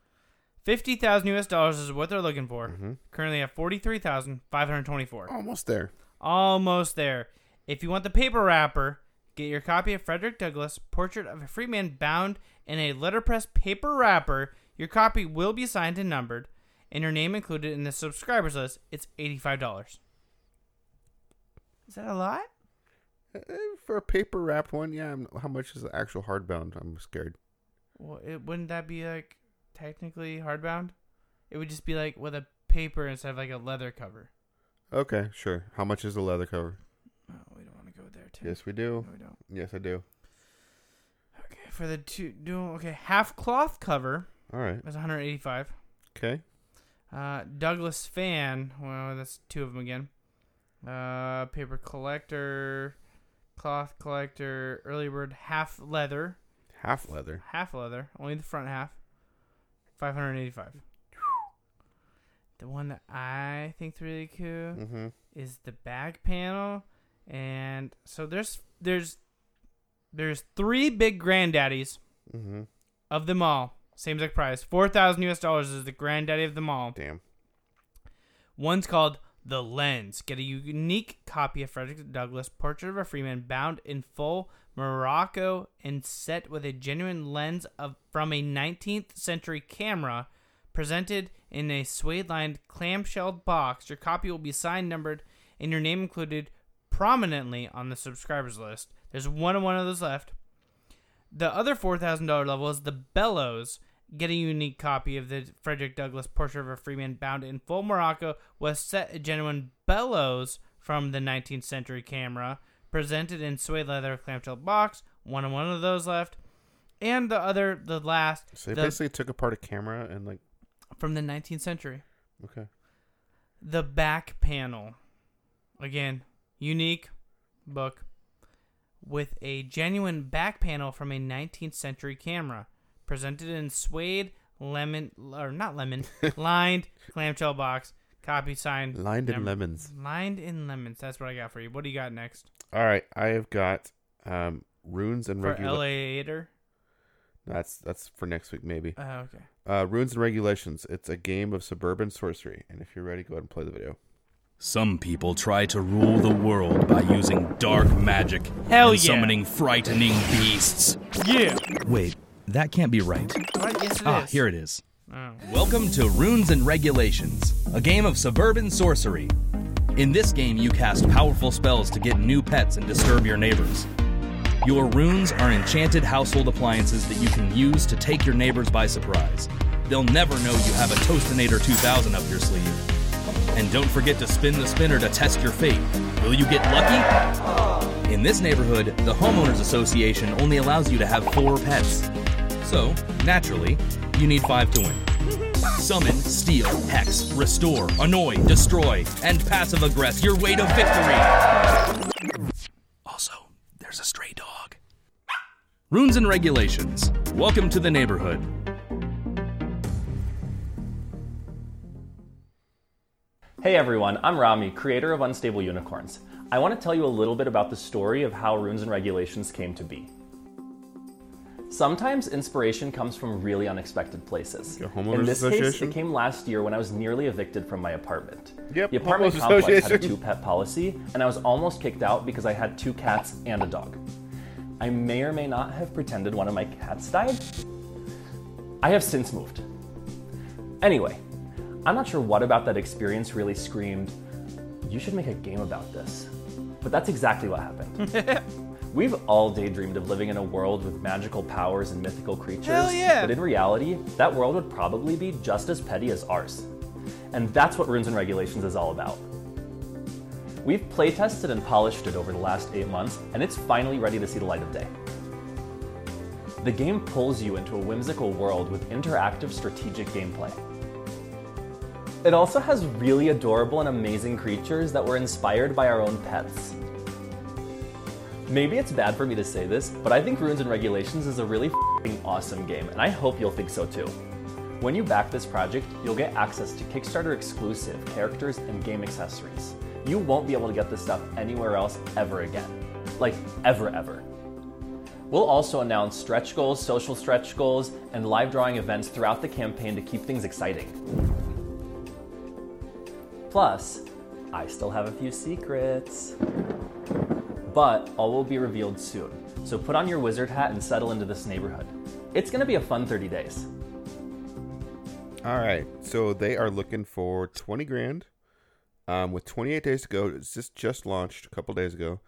Speaker 3: 50,000 US dollars is what they're looking for.
Speaker 4: Mhm.
Speaker 3: Currently at 43,524.
Speaker 4: Almost there.
Speaker 3: Almost there. If you want the paper wrapper, get your copy of Frederick Douglass, Portrait of a Free Man bound in a letterpress paper wrapper. Your copy will be signed and numbered, and your name included in the subscribers list. It's $85. Is that a lot?
Speaker 4: Eh, For a paper wrapped one, yeah. I'm, how much is the actual hardbound? I'm scared.
Speaker 3: Well, it wouldn't that be like technically hardbound? It would just be like with a paper instead of like a leather cover.
Speaker 4: Okay, sure. How much is the leather cover?
Speaker 3: Oh, we don't want to go there too.
Speaker 4: Yes, we do.
Speaker 3: No, we don't.
Speaker 4: Yes, I do.
Speaker 3: Okay, for the two, do okay half cloth cover
Speaker 4: All right.
Speaker 3: is 185.
Speaker 4: Okay.
Speaker 3: Uh, Douglas fan. Well, that's two of them again. Uh, paper collector, cloth collector, early bird, half leather,
Speaker 4: Half leather.
Speaker 3: half leather, only the front half. 585. The one that I think's really cool.
Speaker 4: Mm-hmm.
Speaker 3: is the back panel and so there's there's there's three big granddaddies
Speaker 4: Mm-hmm.
Speaker 3: of them all same exact price 4000 us dollars is the granddaddy of them all
Speaker 4: Damn.
Speaker 3: one's called the lens get a unique copy of frederick douglass portrait of a freeman bound in full morocco and set with a genuine lens of from a 19th century camera presented in a suede lined clamshelled box your copy will be signed numbered and your name included prominently on the subscribers list there's one of one of those left the other four thousand dollar level is the Bellows. Get a unique copy of the Frederick Douglass portrait of a freeman bound in full Morocco was set a genuine Bellows from the 19th century camera, presented in suede leather clamshell box. One of one of those left, and the other, the last,
Speaker 4: So they
Speaker 3: the-
Speaker 4: basically took apart a camera and like.
Speaker 3: from the 19th century.
Speaker 4: Okay.
Speaker 3: The back panel, again, unique book with a genuine back panel from a 19th century camera, presented in suede lemon or not lemon lined clamshell box. Copy signed
Speaker 4: Lined in
Speaker 3: number-
Speaker 4: lemons.
Speaker 3: Lined in lemons. That's what I got for you. What do you got next
Speaker 4: All right. I have got um runes and
Speaker 3: for
Speaker 4: regulations.
Speaker 3: Later.
Speaker 4: That's that's for next week maybe.
Speaker 3: Oh, okay.
Speaker 4: Uh, runes and regulations. It's a game of suburban sorcery, and if you're ready, go ahead and play the video.
Speaker 10: Some people try to rule the world by using dark magic
Speaker 3: Hell
Speaker 10: and
Speaker 3: yeah.
Speaker 10: summoning frightening beasts.
Speaker 3: Yeah.
Speaker 10: Wait, that can't be right.
Speaker 3: Right? Yes, it is. Oh,
Speaker 10: Ah, here it is. Welcome to Runes and Regulations, a game of suburban sorcery. In this game, you cast powerful spells to get new pets and disturb your neighbors. Your runes are enchanted household appliances that you can use to take your neighbors by surprise. They'll never know you have a Tostinator 2000 up your sleeve. And don't forget to spin the spinner to test your fate. Will you get lucky? In this neighborhood, the Homeowners Association only allows you to have four pets. So, naturally, you need five to win. Summon, steal, hex, restore, annoy, destroy, and passive aggress your way to victory. Also, there's a stray dog. Runes and regulations. Welcome to the neighborhood.
Speaker 11: Hey everyone, I'm Rami, creator of Unstable Unicorns. I want to tell you a little bit about the story of how runes and regulations came to be. Sometimes inspiration comes from really unexpected places.
Speaker 4: homeowners
Speaker 11: In this case,
Speaker 4: association?
Speaker 11: it came last year when I was nearly evicted from my apartment.
Speaker 4: Yep,
Speaker 11: the apartment
Speaker 4: homeowners
Speaker 11: complex had a
Speaker 4: association.
Speaker 11: two pet policy, and I was almost kicked out because I had two cats and a dog. I may or may not have pretended one of my cats died. I have since moved. Anyway, I'm not sure what about that experience really screamed, you should make a game about this. But that's exactly what happened. We've all daydreamed of living in a world with magical powers and mythical creatures.
Speaker 3: Hell yeah.
Speaker 11: But in reality, that world would probably be just as petty as ours. And that's what Runes and Regulations is all about. We've playtested and polished it over the last eight months, and it's finally ready to see the light of day. The game pulls you into a whimsical world with interactive strategic gameplay. It also has really adorable and amazing creatures that were inspired by our own pets. Maybe it's bad for me to say this, but I think Runes and Regulations is a really fing awesome game, and I hope you'll think so too. When you back this project, you'll get access to Kickstarter exclusive characters and game accessories. You won't be able to get this stuff anywhere else ever again. Like, ever, ever. We'll also announce stretch goals, social stretch goals, and live drawing events throughout the campaign to keep things exciting. Plus, I still have a few secrets. But all will be revealed soon, so put on your wizard hat and settle into this neighborhood. It's gonna be a fun 30 days.
Speaker 4: All right. So they are looking for 20 grand. Um, with 28 days to go, it's just just launched a couple days ago.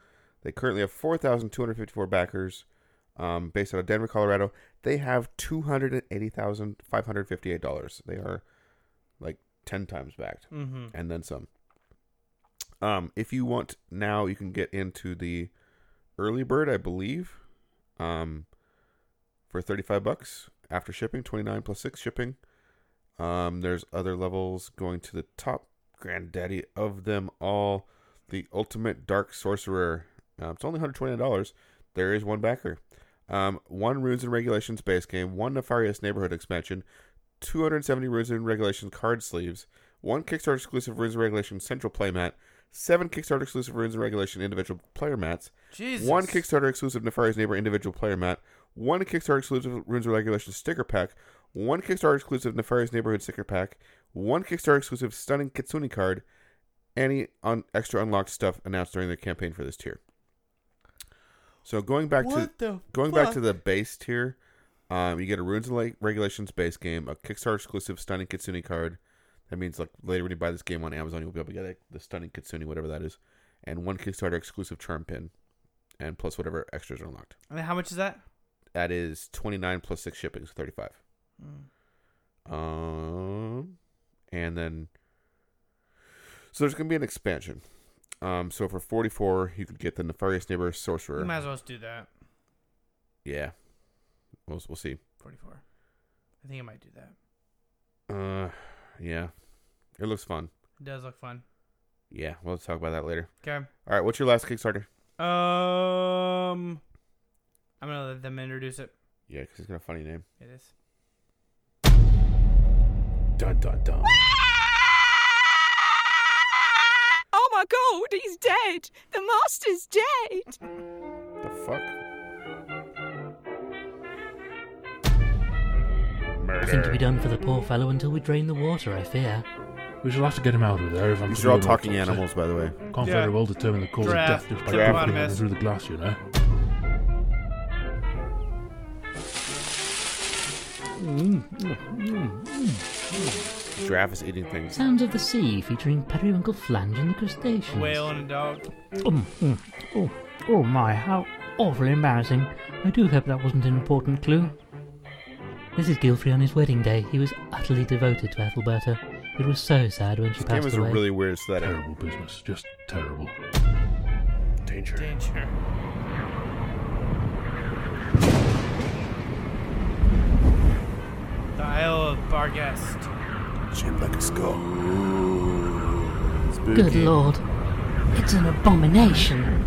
Speaker 4: They currently have 4,254 backers. Um, based out of Denver, Colorado, they have two hundred and eighty thousand five hundred fifty-eight dollars. They are like ten times backed, mm-hmm. and then some. Um, if you want now, you can get into the early bird, I believe, um, for thirty-five bucks after shipping, twenty-nine plus six shipping. Um, there's other levels going to the top granddaddy of them all, the ultimate dark sorcerer. Um, it's only $129. There is one backer. Um, one runes and regulations base game, one nefarious neighborhood expansion, 270 runes and regulations card sleeves, one Kickstarter exclusive runes and regulations central playmat, seven Kickstarter exclusive runes and regulation individual player mats,
Speaker 3: Jesus.
Speaker 4: one Kickstarter exclusive Nefarious Neighbor individual player mat, one Kickstarter exclusive Runes of Regulation sticker pack, one Kickstarter exclusive Nefarious Neighborhood sticker pack, one Kickstarter exclusive Stunning Kitsune card, any un- extra unlocked stuff announced during the campaign for this tier. So going back
Speaker 3: What
Speaker 4: to
Speaker 3: the
Speaker 4: going back to
Speaker 3: fuck?
Speaker 4: the base tier, um, you get a Runes and Leg- Regulations base game, a Kickstarter exclusive Stunning Kitsune card. That means like later when you buy this game on Amazon, you'll be able to get like, the Stunning Kitsune, whatever that is, and one Kickstarter exclusive charm pin and plus whatever extras are unlocked.
Speaker 3: And how much is that?
Speaker 4: That is twenty nine plus six shipping, so thirty five.
Speaker 3: Hmm.
Speaker 4: Um, and then so there's gonna be an expansion. Um, so for forty four, you could get the nefarious neighbor sorcerer.
Speaker 3: You might as well just do that.
Speaker 4: yeah, we'll we'll see.
Speaker 3: 44. I think I might do that.
Speaker 4: Uh, yeah, it looks fun.
Speaker 3: It does look fun.
Speaker 4: Yeah, we'll talk about that later.
Speaker 3: Okay.
Speaker 4: All right, what's your last Kickstarter?
Speaker 3: Um, I'm gonna let them introduce it.
Speaker 4: Yeah, because it's got a funny name.
Speaker 3: It is.
Speaker 4: Dun dun dun.
Speaker 12: Oh my god, he's dead! The master's dead!
Speaker 4: The fuck? Murder.
Speaker 13: Nothing to be done for the poor fellow until we drain the water, I fear. We shall have to get him out of there if I'm
Speaker 4: These
Speaker 13: to
Speaker 4: are all
Speaker 13: be
Speaker 4: talking
Speaker 13: right,
Speaker 4: animals, by the way.
Speaker 13: Can't
Speaker 3: Yeah.
Speaker 13: very well determine the cause
Speaker 3: Giraffe,
Speaker 13: of death just by
Speaker 3: giraffe.
Speaker 13: looking at it through the glass, you know.
Speaker 4: Giraffe is eating things.
Speaker 14: Sounds of the Sea featuring periwinkle flange and the crustaceans.
Speaker 3: Whale and a dog.
Speaker 14: Um, mm, oh, oh my, how awfully embarrassing. I do hope that wasn't an important clue. This is Gilfrey on his wedding day. He was utterly devoted to Ethelberta. It was so sad when she
Speaker 4: Game
Speaker 14: passed
Speaker 4: is a
Speaker 14: away.
Speaker 4: really weird aesthetic.
Speaker 13: Terrible business, just terrible. Danger.
Speaker 3: Danger. The Isle of Barghest.
Speaker 15: Shaped like a skull.
Speaker 14: Good lord, it's an abomination.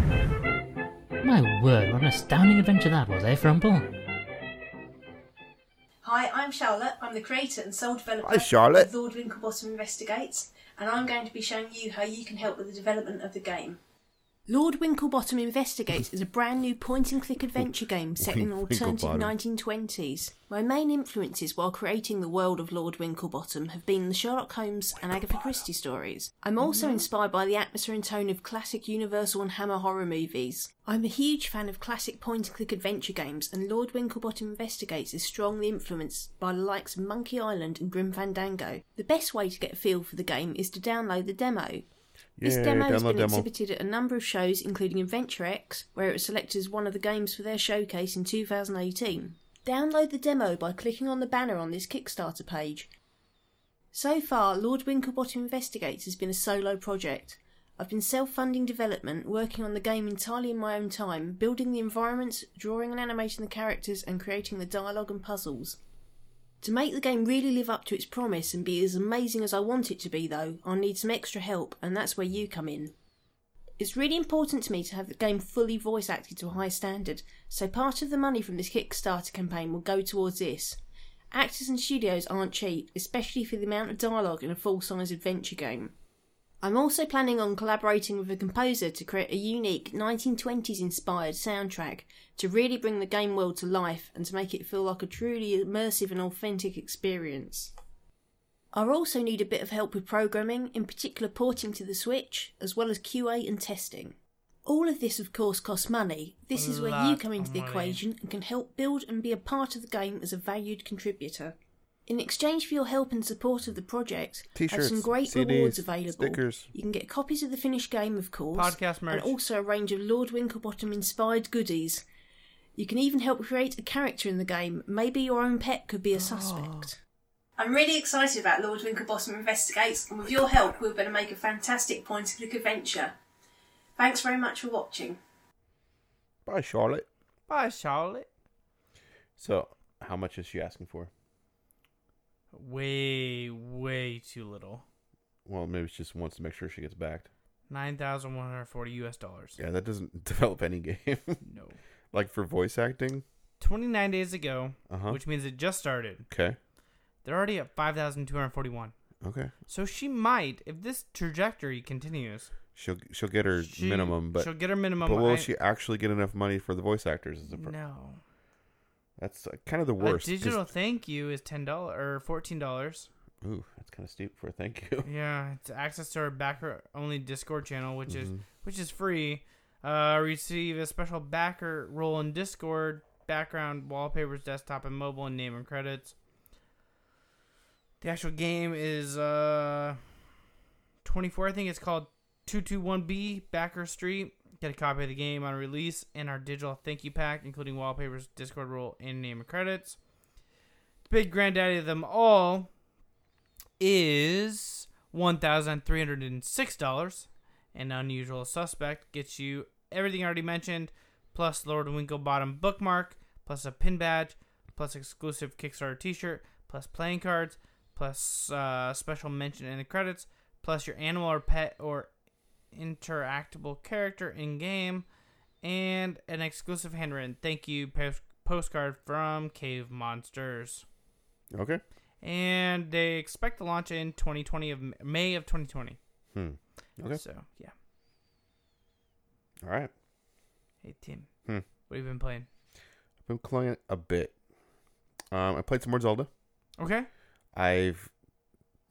Speaker 14: My word, what an astounding adventure that was, eh, Frumple?
Speaker 16: Hi, I'm Charlotte. I'm the creator and sole developer
Speaker 4: Hi, Charlotte.
Speaker 16: of Lord Winklebottom Investigates, and I'm going to be showing you how you can help with the development of the game. Lord Winklebottom Investigates is a brand new point and click adventure game set in an alternative
Speaker 17: Winklebottom.
Speaker 16: 1920s. My main influences while creating the world of Lord Winklebottom have been the Sherlock Holmes and Agatha Christie stories. I'm also inspired by the atmosphere and tone of classic Universal and Hammer horror movies. I'm a huge fan of classic point and click adventure games, and Lord Winklebottom Investigates is strongly influenced by the likes of Monkey Island and Grim Fandango. The best way to get a feel for the game is to download the demo. This
Speaker 4: Yay,
Speaker 16: demo has
Speaker 4: download
Speaker 16: been
Speaker 4: demo.
Speaker 16: exhibited at a number of shows, including Adventure X, where it was selected as one of the games for their showcase in 2018. Download the demo by clicking on the banner on this Kickstarter page. So far, Lord Winklebottom Investigates has been a solo project. I've been self funding development, working on the game entirely in my own time, building the environments, drawing and animating the characters, and creating the dialogue and puzzles. To make the game really live up to its promise and be as amazing as I want it to be, though, I'll need some extra help, and that's where you come in. It's really important to me to have the game fully voice acted to a high standard, so part of the money from this Kickstarter campaign will go towards this. Actors and studios aren't cheap, especially for the amount of dialogue in a full size adventure game. I'm also planning on collaborating with a composer to create a unique 1920s inspired soundtrack to really bring the game world to life and to make it feel like a truly immersive and authentic experience. I also need a bit of help with programming, in particular porting to the Switch, as well as QA and testing. All of this, of course, costs money. This is where you
Speaker 17: Lot
Speaker 16: come into
Speaker 17: of
Speaker 16: the
Speaker 17: money.
Speaker 16: equation and can help build and be a part of the game as a valued contributor. In exchange for your help and support of the project, I have
Speaker 4: T-shirts,
Speaker 16: some great
Speaker 4: CDs,
Speaker 16: rewards available.
Speaker 4: stickers.
Speaker 16: You can get copies of the finished game, of course,
Speaker 3: Podcast merch.
Speaker 16: and also a range of Lord Winklebottom inspired goodies. You can even help create a character in the game. Maybe your own pet could be a suspect. Ah. I'm really excited about Lord Winklebottom Investigates, and with your help, we're going to make a fantastic point and click adventure. Thanks very much for watching.
Speaker 4: Bye, Charlotte.
Speaker 3: Bye, Charlotte.
Speaker 4: So, how much is she asking for?
Speaker 3: Way, way too little.
Speaker 4: Well, maybe she just wants to make sure she gets backed.
Speaker 3: Nine thousand one hundred forty U.S. dollars.
Speaker 4: Yeah, that doesn't develop any game.
Speaker 3: no.
Speaker 4: Like for voice acting?
Speaker 3: Twenty nine days ago,
Speaker 4: Uh-huh.
Speaker 3: which means it just started.
Speaker 4: Okay.
Speaker 3: They're already at five thousand two hundred forty one.
Speaker 4: Okay.
Speaker 3: So she might, if this trajectory continues,
Speaker 4: She'll she'll get her minimum, but
Speaker 3: she'll get her minimum,
Speaker 4: But will
Speaker 3: I-
Speaker 4: she actually get enough money for the voice actors? Is the pr-
Speaker 3: no.
Speaker 4: That's uh, kind of the worst.
Speaker 3: A
Speaker 4: 'cause-
Speaker 3: digital thank you is ten dollars or fourteen dollars.
Speaker 4: Ooh, that's kind of steep for a thank you.
Speaker 3: Yeah, it's access to our backer only Discord channel, which is
Speaker 4: Mhm.
Speaker 3: which is free. Uh, receive a special backer role in Discord, background wallpapers, desktop and mobile, and name and credits. The actual game is uh, twenty four. I think it's called two two one B Backer Street. Get a copy of the game on release and our digital thank you pack, including wallpapers, Discord role, and name and credits. Big granddaddy of them all is one thousand three hundred and six dollars. An unusual suspect gets you everything already mentioned, plus Lord Winklebottom bookmark, plus a pin badge, plus exclusive Kickstarter T-shirt, plus playing cards, plus uh, special mention in the credits, plus your animal or pet or interactable character in game, and an exclusive handwritten thank you post- postcard from Cave Monsters
Speaker 4: Okay.
Speaker 3: and they expect to launch in 2020 of May of 2020.
Speaker 4: Hmm. Okay.
Speaker 3: So yeah.
Speaker 4: All right.
Speaker 3: Hey Tim,
Speaker 4: Hmm.
Speaker 3: what have you been playing?
Speaker 4: I've been playing a bit. Um, I played some more Zelda.
Speaker 3: Okay.
Speaker 4: I've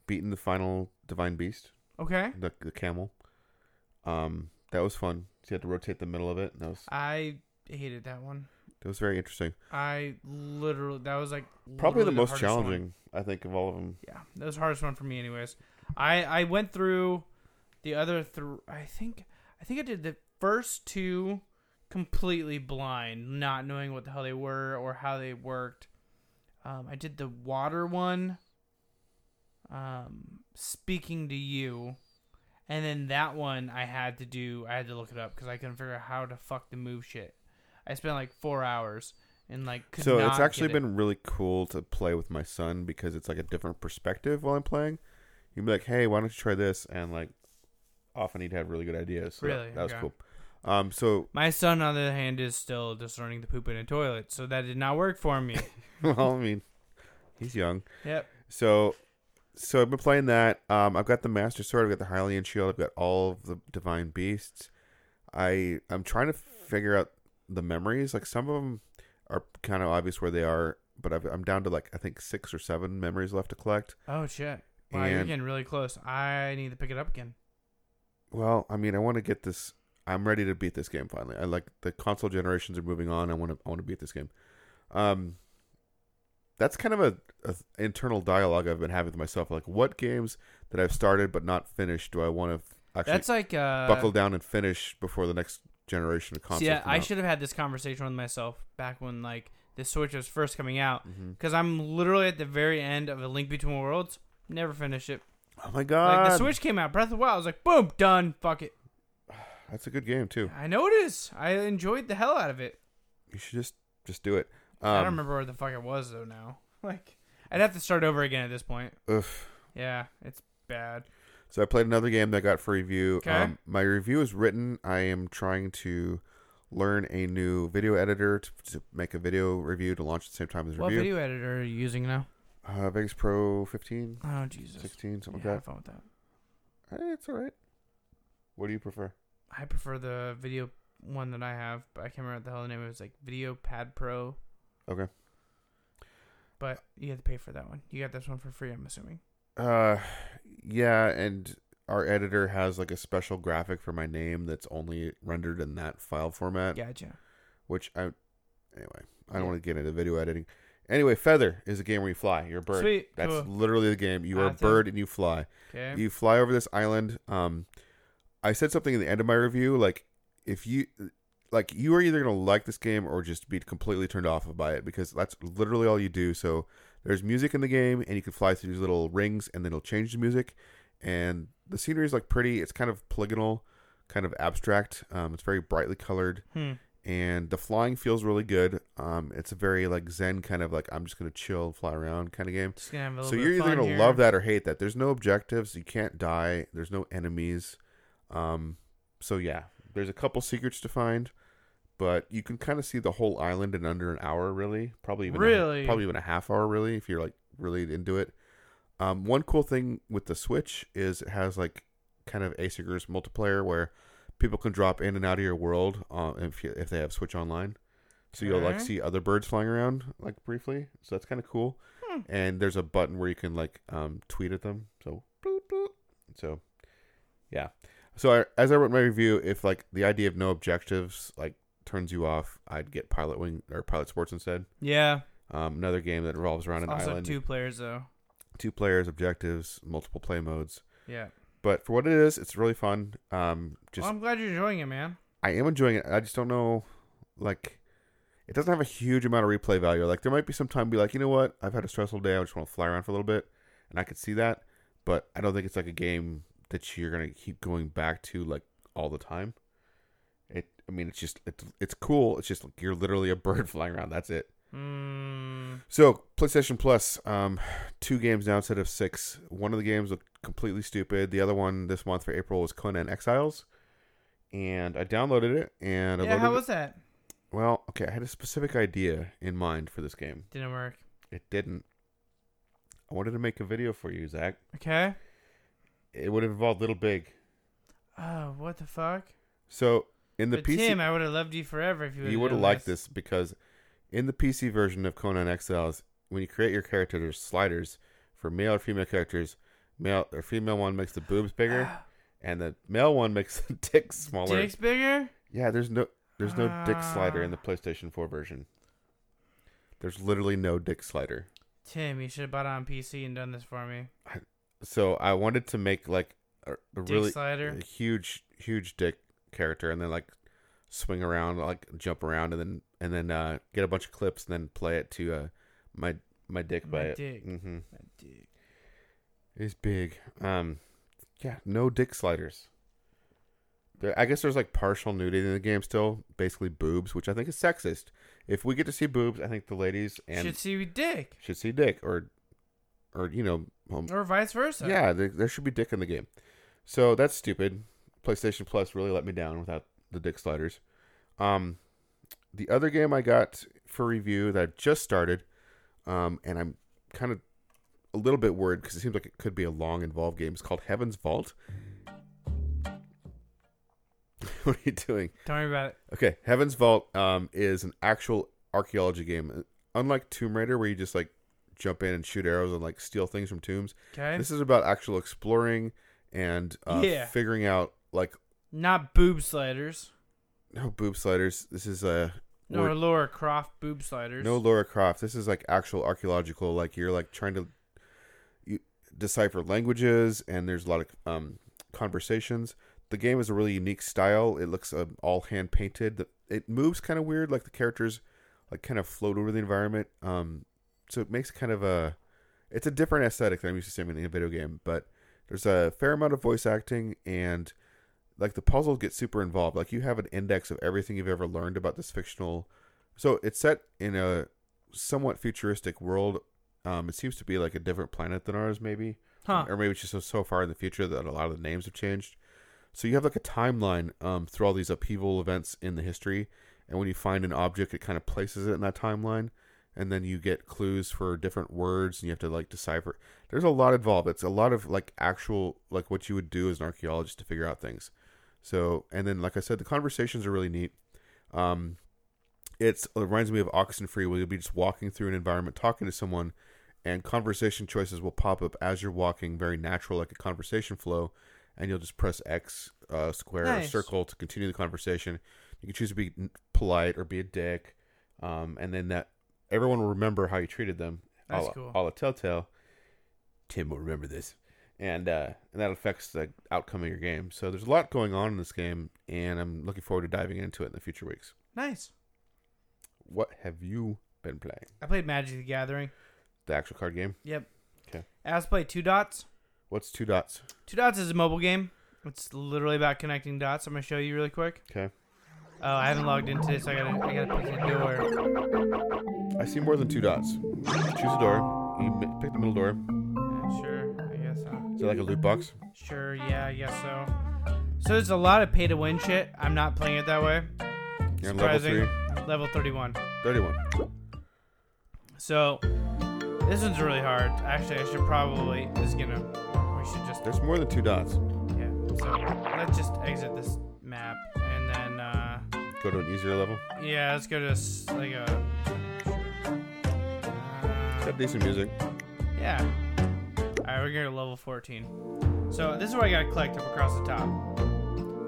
Speaker 4: beaten the final divine beast.
Speaker 3: Okay.
Speaker 4: The the camel. Um, that was fun. So you had to rotate the middle of it. and That was
Speaker 3: I hated that one.
Speaker 4: that was very interesting.
Speaker 3: I literally that was like
Speaker 4: Probably the
Speaker 3: literally
Speaker 4: most
Speaker 3: hardest one.
Speaker 4: challenging, I think, of all of them.
Speaker 3: Yeah, that was the hardest one for me, anyways. I I went through the other three. I think I think I did the first two completely blind, not knowing what the hell they were or how they worked. Um, I did the water one, um, speaking to you, and then that one I had to do. I had to look it up because I couldn't figure out how to fuck the move shit. I spent like four hours and like could
Speaker 4: so
Speaker 3: not
Speaker 4: it's actually
Speaker 3: get it.
Speaker 4: been really cool to play with my son because it's like a different perspective while I'm playing. You'd be like, "Hey, why don't you try this?" And like, often he'd have really good ideas. So
Speaker 3: Really?
Speaker 4: that, that was
Speaker 3: Okay.
Speaker 4: cool. Um, so
Speaker 3: My son, on the other hand, is still discerning the poop in a toilet, so that did not work for me.
Speaker 4: well, I mean, he's young.
Speaker 3: Yep.
Speaker 4: So, so I've been playing that. Um, I've got the Master Sword. I've got the Hylian Shield. I've got all of the Divine Beasts. I I'm trying to figure out the memories. Like some of them are kind of obvious where they are, but I've, I'm down to like I think six or seven memories left to collect.
Speaker 3: oh shit! Wow, you're
Speaker 4: And-
Speaker 3: getting really close. I need to pick it up again.
Speaker 4: Well, I mean, I want to get this. I'm ready to beat this game finally. I like the console generations are moving on. I want to. I want to beat this game. Um, that's kind of a, a th- internal dialogue I've been having with myself. Like, what games that I've started but not finished do I want to f- actually?
Speaker 3: That's like, uh,
Speaker 4: buckle down and finish before the next generation of
Speaker 3: So
Speaker 4: consoles.
Speaker 3: yeah,
Speaker 4: come
Speaker 3: I
Speaker 4: out.
Speaker 3: should have had this conversation with myself back when like the Switch was first coming out,
Speaker 4: Mhm.
Speaker 3: because I'm literally at the very end of A Link Between Worlds. Never finished it.
Speaker 4: Oh my
Speaker 3: Like the
Speaker 4: God.
Speaker 3: Switch came out, Breath of the Wild. I was like, boom, done. Fuck it.
Speaker 4: That's a good game too.
Speaker 3: I know it is. I enjoyed the hell out of it.
Speaker 4: You should just just do it. Um,
Speaker 3: I don't remember where the fuck it was though. Now, like, I'd have to start over again at this point.
Speaker 4: Ugh.
Speaker 3: Yeah, it's bad.
Speaker 4: So I played another game that I got for review.
Speaker 3: Okay.
Speaker 4: Um, my review is written. I am trying to learn a new video editor to, to make a video review to launch at the same time as
Speaker 3: What
Speaker 4: review.
Speaker 3: video editor are you using now?
Speaker 4: Uh, Vegas Pro 15.
Speaker 3: Oh, Jesus.
Speaker 4: 16, something
Speaker 3: Yeah,
Speaker 4: like
Speaker 3: I have
Speaker 4: that.
Speaker 3: fun with that.
Speaker 4: Eh, it's all right. What do you prefer?
Speaker 3: I prefer the video one that I have, but I can't remember what the hell the name of it was like Video Pad Pro,
Speaker 4: Okay.
Speaker 3: but you have to pay for that one. You got this one for free, I'm assuming.
Speaker 4: Uh, yeah, and our editor has like a special graphic for my name that's only rendered in that file format.
Speaker 3: Gotcha.
Speaker 4: Which I, anyway, I don't
Speaker 3: Yeah.
Speaker 4: want to get into video editing. Anyway, feather is a game where you fly. You're a bird.
Speaker 3: Sweet,
Speaker 4: That's
Speaker 3: cool. Ah,
Speaker 4: literally the game. You are a
Speaker 3: Awesome.
Speaker 4: bird and you fly.
Speaker 3: Okay.
Speaker 4: You fly over this island. Um, I said something in the end of my review, like if you, like you are either gonna like this game or just be completely turned off by it because that's literally all you do. So there's music in the game, and you can fly through these little rings, and then it'll change the music. And the scenery is like pretty. It's kind of polygonal, kind of abstract. Um, it's very brightly colored,
Speaker 3: Hmm.
Speaker 4: and the flying feels really good. Um, it's a very like zen kind of like I'm just gonna chill and fly around kind of game.
Speaker 3: Just gonna have a little
Speaker 4: so
Speaker 3: bit of
Speaker 4: you're either
Speaker 3: fun
Speaker 4: gonna
Speaker 3: here.
Speaker 4: love that or hate that. There's no objectives. You can't die. There's no enemies. Um, so yeah, there's a couple secrets to find, but you can kind of see the whole island in under an hour, really. Probably even a-
Speaker 3: Really?
Speaker 4: probably even a half hour, really, if you're like really into it. Um, one cool thing with the Switch is it has like kind of asynchronous multiplayer where people can drop in and out of your world uh, if you, if they have Switch Online. So you'll like
Speaker 3: Okay.
Speaker 4: see other birds flying around like briefly. So that's kind of cool.
Speaker 3: Hmm.
Speaker 4: And there's a button where you can like um, tweet at them. So bloop, bloop. so yeah. So I, as I wrote my review, if like the idea of no objectives like turns you off, I'd get Pilot Wing or Pilot Sports instead.
Speaker 3: Yeah.
Speaker 4: Um, another game that revolves around an
Speaker 3: also
Speaker 4: island,
Speaker 3: two players though.
Speaker 4: two players, objectives, multiple play modes.
Speaker 3: Yeah.
Speaker 4: But for what it is, it's really fun. Um, just
Speaker 3: well, I'm glad you're enjoying it, man.
Speaker 4: I am enjoying it. I just don't know, like, it doesn't have a huge amount of replay value. Like, there might be some time be like, you know what? I've had a stressful day. I just want to fly around for a little bit, and I could see that. But I don't think it's like a game that you're gonna keep going back to like all the time. It. I mean, it's just it's it's cool. It's just like you're literally a bird flying around. That's it.
Speaker 3: Mm,
Speaker 4: So PlayStation Plus, um, two games now instead of six. One of the games looked completely stupid. The other one this month for April was Conan Exiles, and I downloaded it and I
Speaker 3: yeah.
Speaker 4: loaded
Speaker 3: How
Speaker 4: it-
Speaker 3: was that?
Speaker 4: Well, okay, I had a specific idea in mind for this game.
Speaker 3: Didn't work.
Speaker 4: It didn't. I wanted to make a video for you, Zach.
Speaker 3: Okay.
Speaker 4: It would have involved Little Big.
Speaker 3: Oh, what the fuck?
Speaker 4: So in the
Speaker 3: but
Speaker 4: PC,
Speaker 3: Tim, I would have loved you forever if you would.
Speaker 4: you would have liked this because in the PC version of Conan Exiles, when you create your character, there's sliders for male or female characters, Male or female one makes the boobs bigger, and the male one makes the dick smaller.
Speaker 3: Ah. Dick's Ah. bigger?
Speaker 4: Yeah, there's no there's no dick slider in the PlayStation 4 version. There's literally no dick slider.
Speaker 3: Tim, you should have bought it on PC and done this for me.
Speaker 4: So I wanted to make like a, a
Speaker 3: Dick
Speaker 4: really
Speaker 3: slider?
Speaker 4: a huge huge dick character, and then like swing around, like jump around, and then and then uh, get a bunch of clips, and then play it to uh, my my dick
Speaker 3: My
Speaker 4: by
Speaker 3: dick.
Speaker 4: it. Mm-hmm.
Speaker 3: My dick.
Speaker 4: It's big. Um, yeah, no dick sliders. There, I guess there's like partial nudity in the game still, basically boobs, which I think is sexist. If we get to see boobs, I think the ladies and
Speaker 3: should see dick
Speaker 4: should see dick or, or you know, home.
Speaker 3: or vice versa.
Speaker 4: yeah, there, there should be dick in the game. So that's stupid. PlayStation Plus really let me down without the dick sliders. Um, the other game I got for review that I just started, um, and I'm kind of a little bit worried because it seems like it could be a long, involved game. It's called Heaven's Vault. what are you doing?
Speaker 3: Don't worry about it.
Speaker 4: Okay, Heaven's Vault um, is an actual archaeology game. Unlike Tomb Raider, where you just like jump in and shoot arrows and like steal things from tombs.
Speaker 3: Okay.
Speaker 4: This is about actual exploring and uh,
Speaker 3: Yeah.
Speaker 4: figuring out like
Speaker 3: Not boob sliders.
Speaker 4: no boob sliders. This is a
Speaker 3: No, or Laura Croft boob sliders.
Speaker 4: no Laura Croft. This is like actual archaeological. Like you're like trying to you decipher languages, and there's a lot of um, conversations. The game is a really unique style. It looks um, all hand painted. It moves kind of weird. Like the characters, like kind of float over the environment. Um, so it makes kind of a. It's a different aesthetic than I'm used to seeing in a video game, but there's a fair amount of voice acting and like the puzzles get super involved. Like you have an index of everything you've ever learned about this fictional. So it's set in a somewhat futuristic world. Um, it seems to be like a different planet than ours, maybe,
Speaker 3: Huh.
Speaker 4: or maybe it's just so, so far in the future that a lot of the names have changed. So you have like a timeline um, through all these upheaval events in the history, and when you find an object, it kind of places it in that timeline, and then you get clues for different words, and you have to like decipher. There's a lot involved. It's a lot of like actual like what you would do as an archaeologist to figure out things. So and then like I said, the conversations are really neat. Um, it's it reminds me of Oxen Free, where you'll be just walking through an environment, talking to someone, and conversation choices will pop up as you're walking, very natural, like a conversation flow, and you'll just press X, uh, square, or
Speaker 3: Nice.
Speaker 4: circle to continue the conversation. You can choose to be n- polite or be a dick, um, and then that everyone will remember how you treated them.
Speaker 3: That's
Speaker 4: all,
Speaker 3: cool.
Speaker 4: All a telltale. Tim will remember this, and uh, and that affects the outcome of your game. So there's a lot going on in this game, and I'm looking forward to diving into it in the future weeks.
Speaker 3: Nice.
Speaker 4: What have you been playing?
Speaker 3: I played Magic the Gathering.
Speaker 4: The actual card game?
Speaker 3: Yep.
Speaker 4: Okay.
Speaker 3: I also played Two Dots.
Speaker 4: What's two dots?
Speaker 3: Two Dots is a mobile game. It's literally about connecting dots. I'm gonna show you really quick.
Speaker 4: Okay.
Speaker 3: Oh, I haven't logged in today, so I gotta I gotta pick a door.
Speaker 4: I see more than two dots. Choose a door. You mi- pick the middle door.
Speaker 3: Yeah, sure, I guess so.
Speaker 4: Is it like a loot box?
Speaker 3: Sure, yeah, I guess so. So there's a lot of pay to win shit. I'm not playing it that way.
Speaker 4: You're on level
Speaker 3: Surprising.
Speaker 4: three.
Speaker 3: Level 31.
Speaker 4: 31.
Speaker 3: So this one's really hard. Actually, I should probably just gonna. We should just.
Speaker 4: There's more than two dots.
Speaker 3: Yeah. So let's just exit this map and then. uh
Speaker 4: Go to an easier level.
Speaker 3: Yeah, let's go to s- like uh, a.
Speaker 4: It's got decent music.
Speaker 3: Yeah. Alright, we're gonna level 14. So this is where I gotta collect up across the top.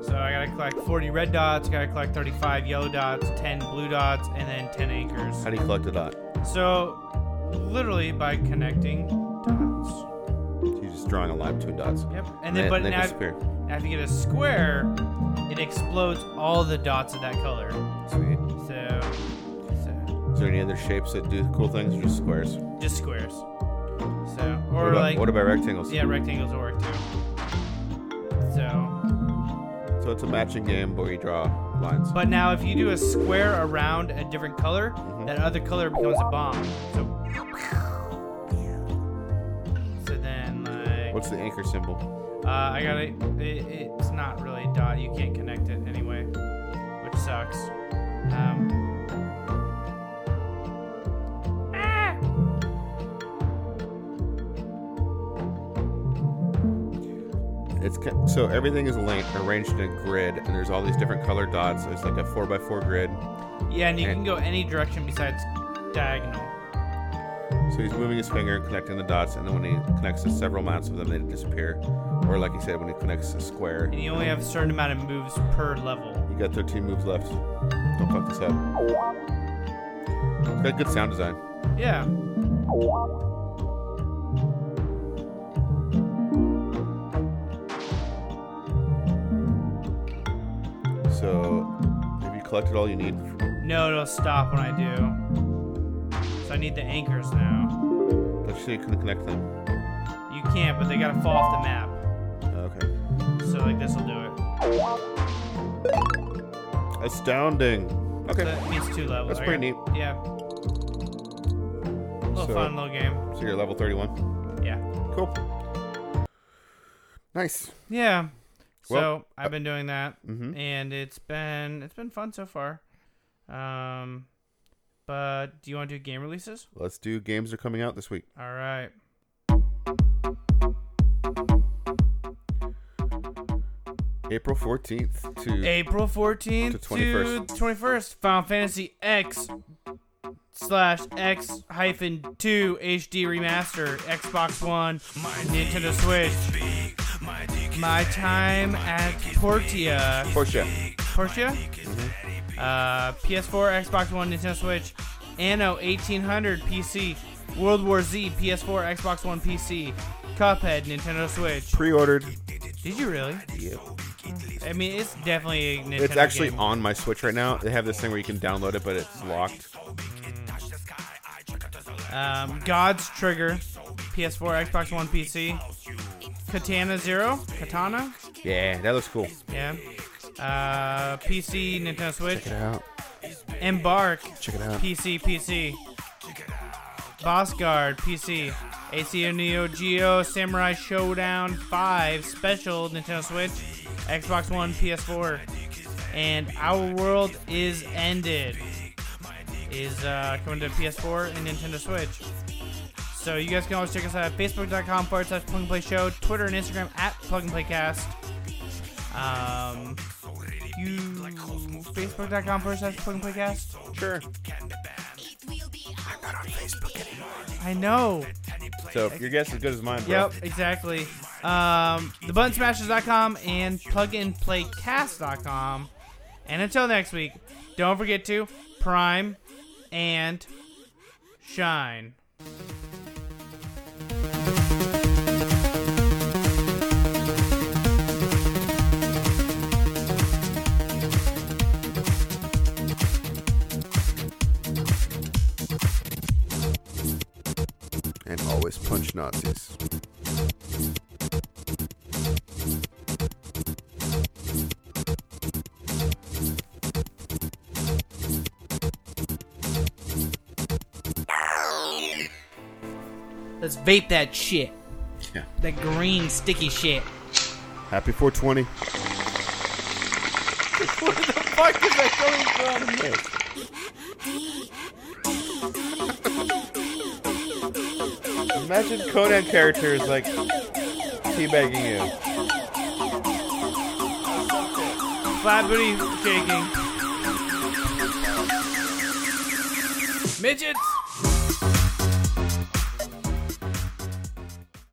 Speaker 3: So I gotta collect 40 red dots, gotta collect 35 yellow dots, 10 blue dots, and then 10 acres.
Speaker 4: How do you collect a dot?
Speaker 3: So literally by connecting dots.
Speaker 4: You're just drawing a line between dots.
Speaker 3: Yep. And then,
Speaker 4: they-
Speaker 3: but
Speaker 4: they
Speaker 3: now,
Speaker 4: disappear.
Speaker 3: now if you get a square, it explodes all the dots of that color.
Speaker 4: Sweet.
Speaker 3: So, so
Speaker 4: Is there any other shapes that do cool things or just squares?
Speaker 3: just squares. So, or
Speaker 4: about-
Speaker 3: like
Speaker 4: what about rectangles?
Speaker 3: Yeah, rectangles will work too. So,
Speaker 4: So it's a matching game, but we draw lines.
Speaker 3: but now if you do a square around a different color, that other color becomes a bomb. So, so then like
Speaker 4: What's the anchor symbol?
Speaker 3: Uh, I got it. It's not really a dot. You can't connect it anyway, which sucks. Um,
Speaker 4: It's ca- so everything is lane, arranged in a grid, and there's all these different color dots. It's like a four by four grid.
Speaker 3: yeah, and you can go any direction besides diagonal.
Speaker 4: So he's moving his finger, connecting the dots, and then when he connects to several amounts of them, they disappear. Or like he said, when he connects a square.
Speaker 3: And you only have a certain amount of moves per level.
Speaker 4: You got 13 moves left. Don't fuck this up. It's got good sound design.
Speaker 3: Yeah.
Speaker 4: So, have you collected all you need?
Speaker 3: No, it'll stop when I do. So I need the anchors now.
Speaker 4: Let's see, you can connect them.
Speaker 3: You can't, but they gotta fall off the map.
Speaker 4: Okay.
Speaker 3: So like this will do it.
Speaker 4: Astounding. Okay.
Speaker 3: So that means two levels.
Speaker 4: That's
Speaker 3: I
Speaker 4: pretty
Speaker 3: got- Yeah. Little
Speaker 4: So-
Speaker 3: fun little game.
Speaker 4: So you're level 31.
Speaker 3: Yeah.
Speaker 4: Cool. Nice.
Speaker 3: Yeah. So
Speaker 4: Well, uh,
Speaker 3: I've been doing that,
Speaker 4: mhm.
Speaker 3: and it's been it's been fun so far. Um, but do you want to do game releases?
Speaker 4: Let's do games that are coming out this week.
Speaker 3: All right.
Speaker 4: April 14th to
Speaker 3: April 14th
Speaker 4: To
Speaker 3: to 21st.
Speaker 4: 21st.
Speaker 3: Final Fantasy X slash X hyphen 2 HD Remaster, Xbox One, Nintendo Switch. My time at Portia.
Speaker 4: Portia.
Speaker 3: Portia? Mm-hmm. Uh, PS4, Xbox One, Nintendo Switch. Anno 1800 PC. World War Z, PS4, Xbox One, PC. Cuphead, Nintendo Switch.
Speaker 4: Pre-ordered.
Speaker 3: Did you really?
Speaker 4: Yep.
Speaker 3: I mean, it's definitely a Nintendo
Speaker 4: It's actually
Speaker 3: game.
Speaker 4: on my Switch right now. They have this thing where you can download it, but it's locked.
Speaker 3: Um, God's Trigger, PS4, Xbox One, PC. Katana Zero, Katana,
Speaker 4: Yeah, that looks cool.
Speaker 3: yeah. Uh, PC, Nintendo Switch.
Speaker 4: Check it out.
Speaker 3: Embark.
Speaker 4: Check it out.
Speaker 3: PC, PC. Boss Guard, PC. ACO Neo Geo Samurai Showdown 5 Special, Nintendo Switch, Xbox One, PS4. And Our World is Ended is uh, coming to PS4 and Nintendo Switch. So you guys can always check us out at facebook.com forward slash plug and play show, Twitter and Instagram at plug and play cast. Um, you facebook.com forward slash plug and play cast?
Speaker 4: Sure.
Speaker 3: I'm not on Facebook anymore. I know.
Speaker 4: So if your guess is as good as mine, bro.
Speaker 3: Yep, exactly. Um, thebuttonsmashers.com and plugandplaycast.com. And until next week, don't forget to prime and shine.
Speaker 4: And always punch Nazis.
Speaker 3: Let's vape that shit.
Speaker 4: Yeah.
Speaker 3: That green sticky shit.
Speaker 4: Happy 420.
Speaker 3: Where the fuck is that coming from?
Speaker 4: Imagine Conan characters like teabagging you.
Speaker 3: Flat booty shaking. Midgets!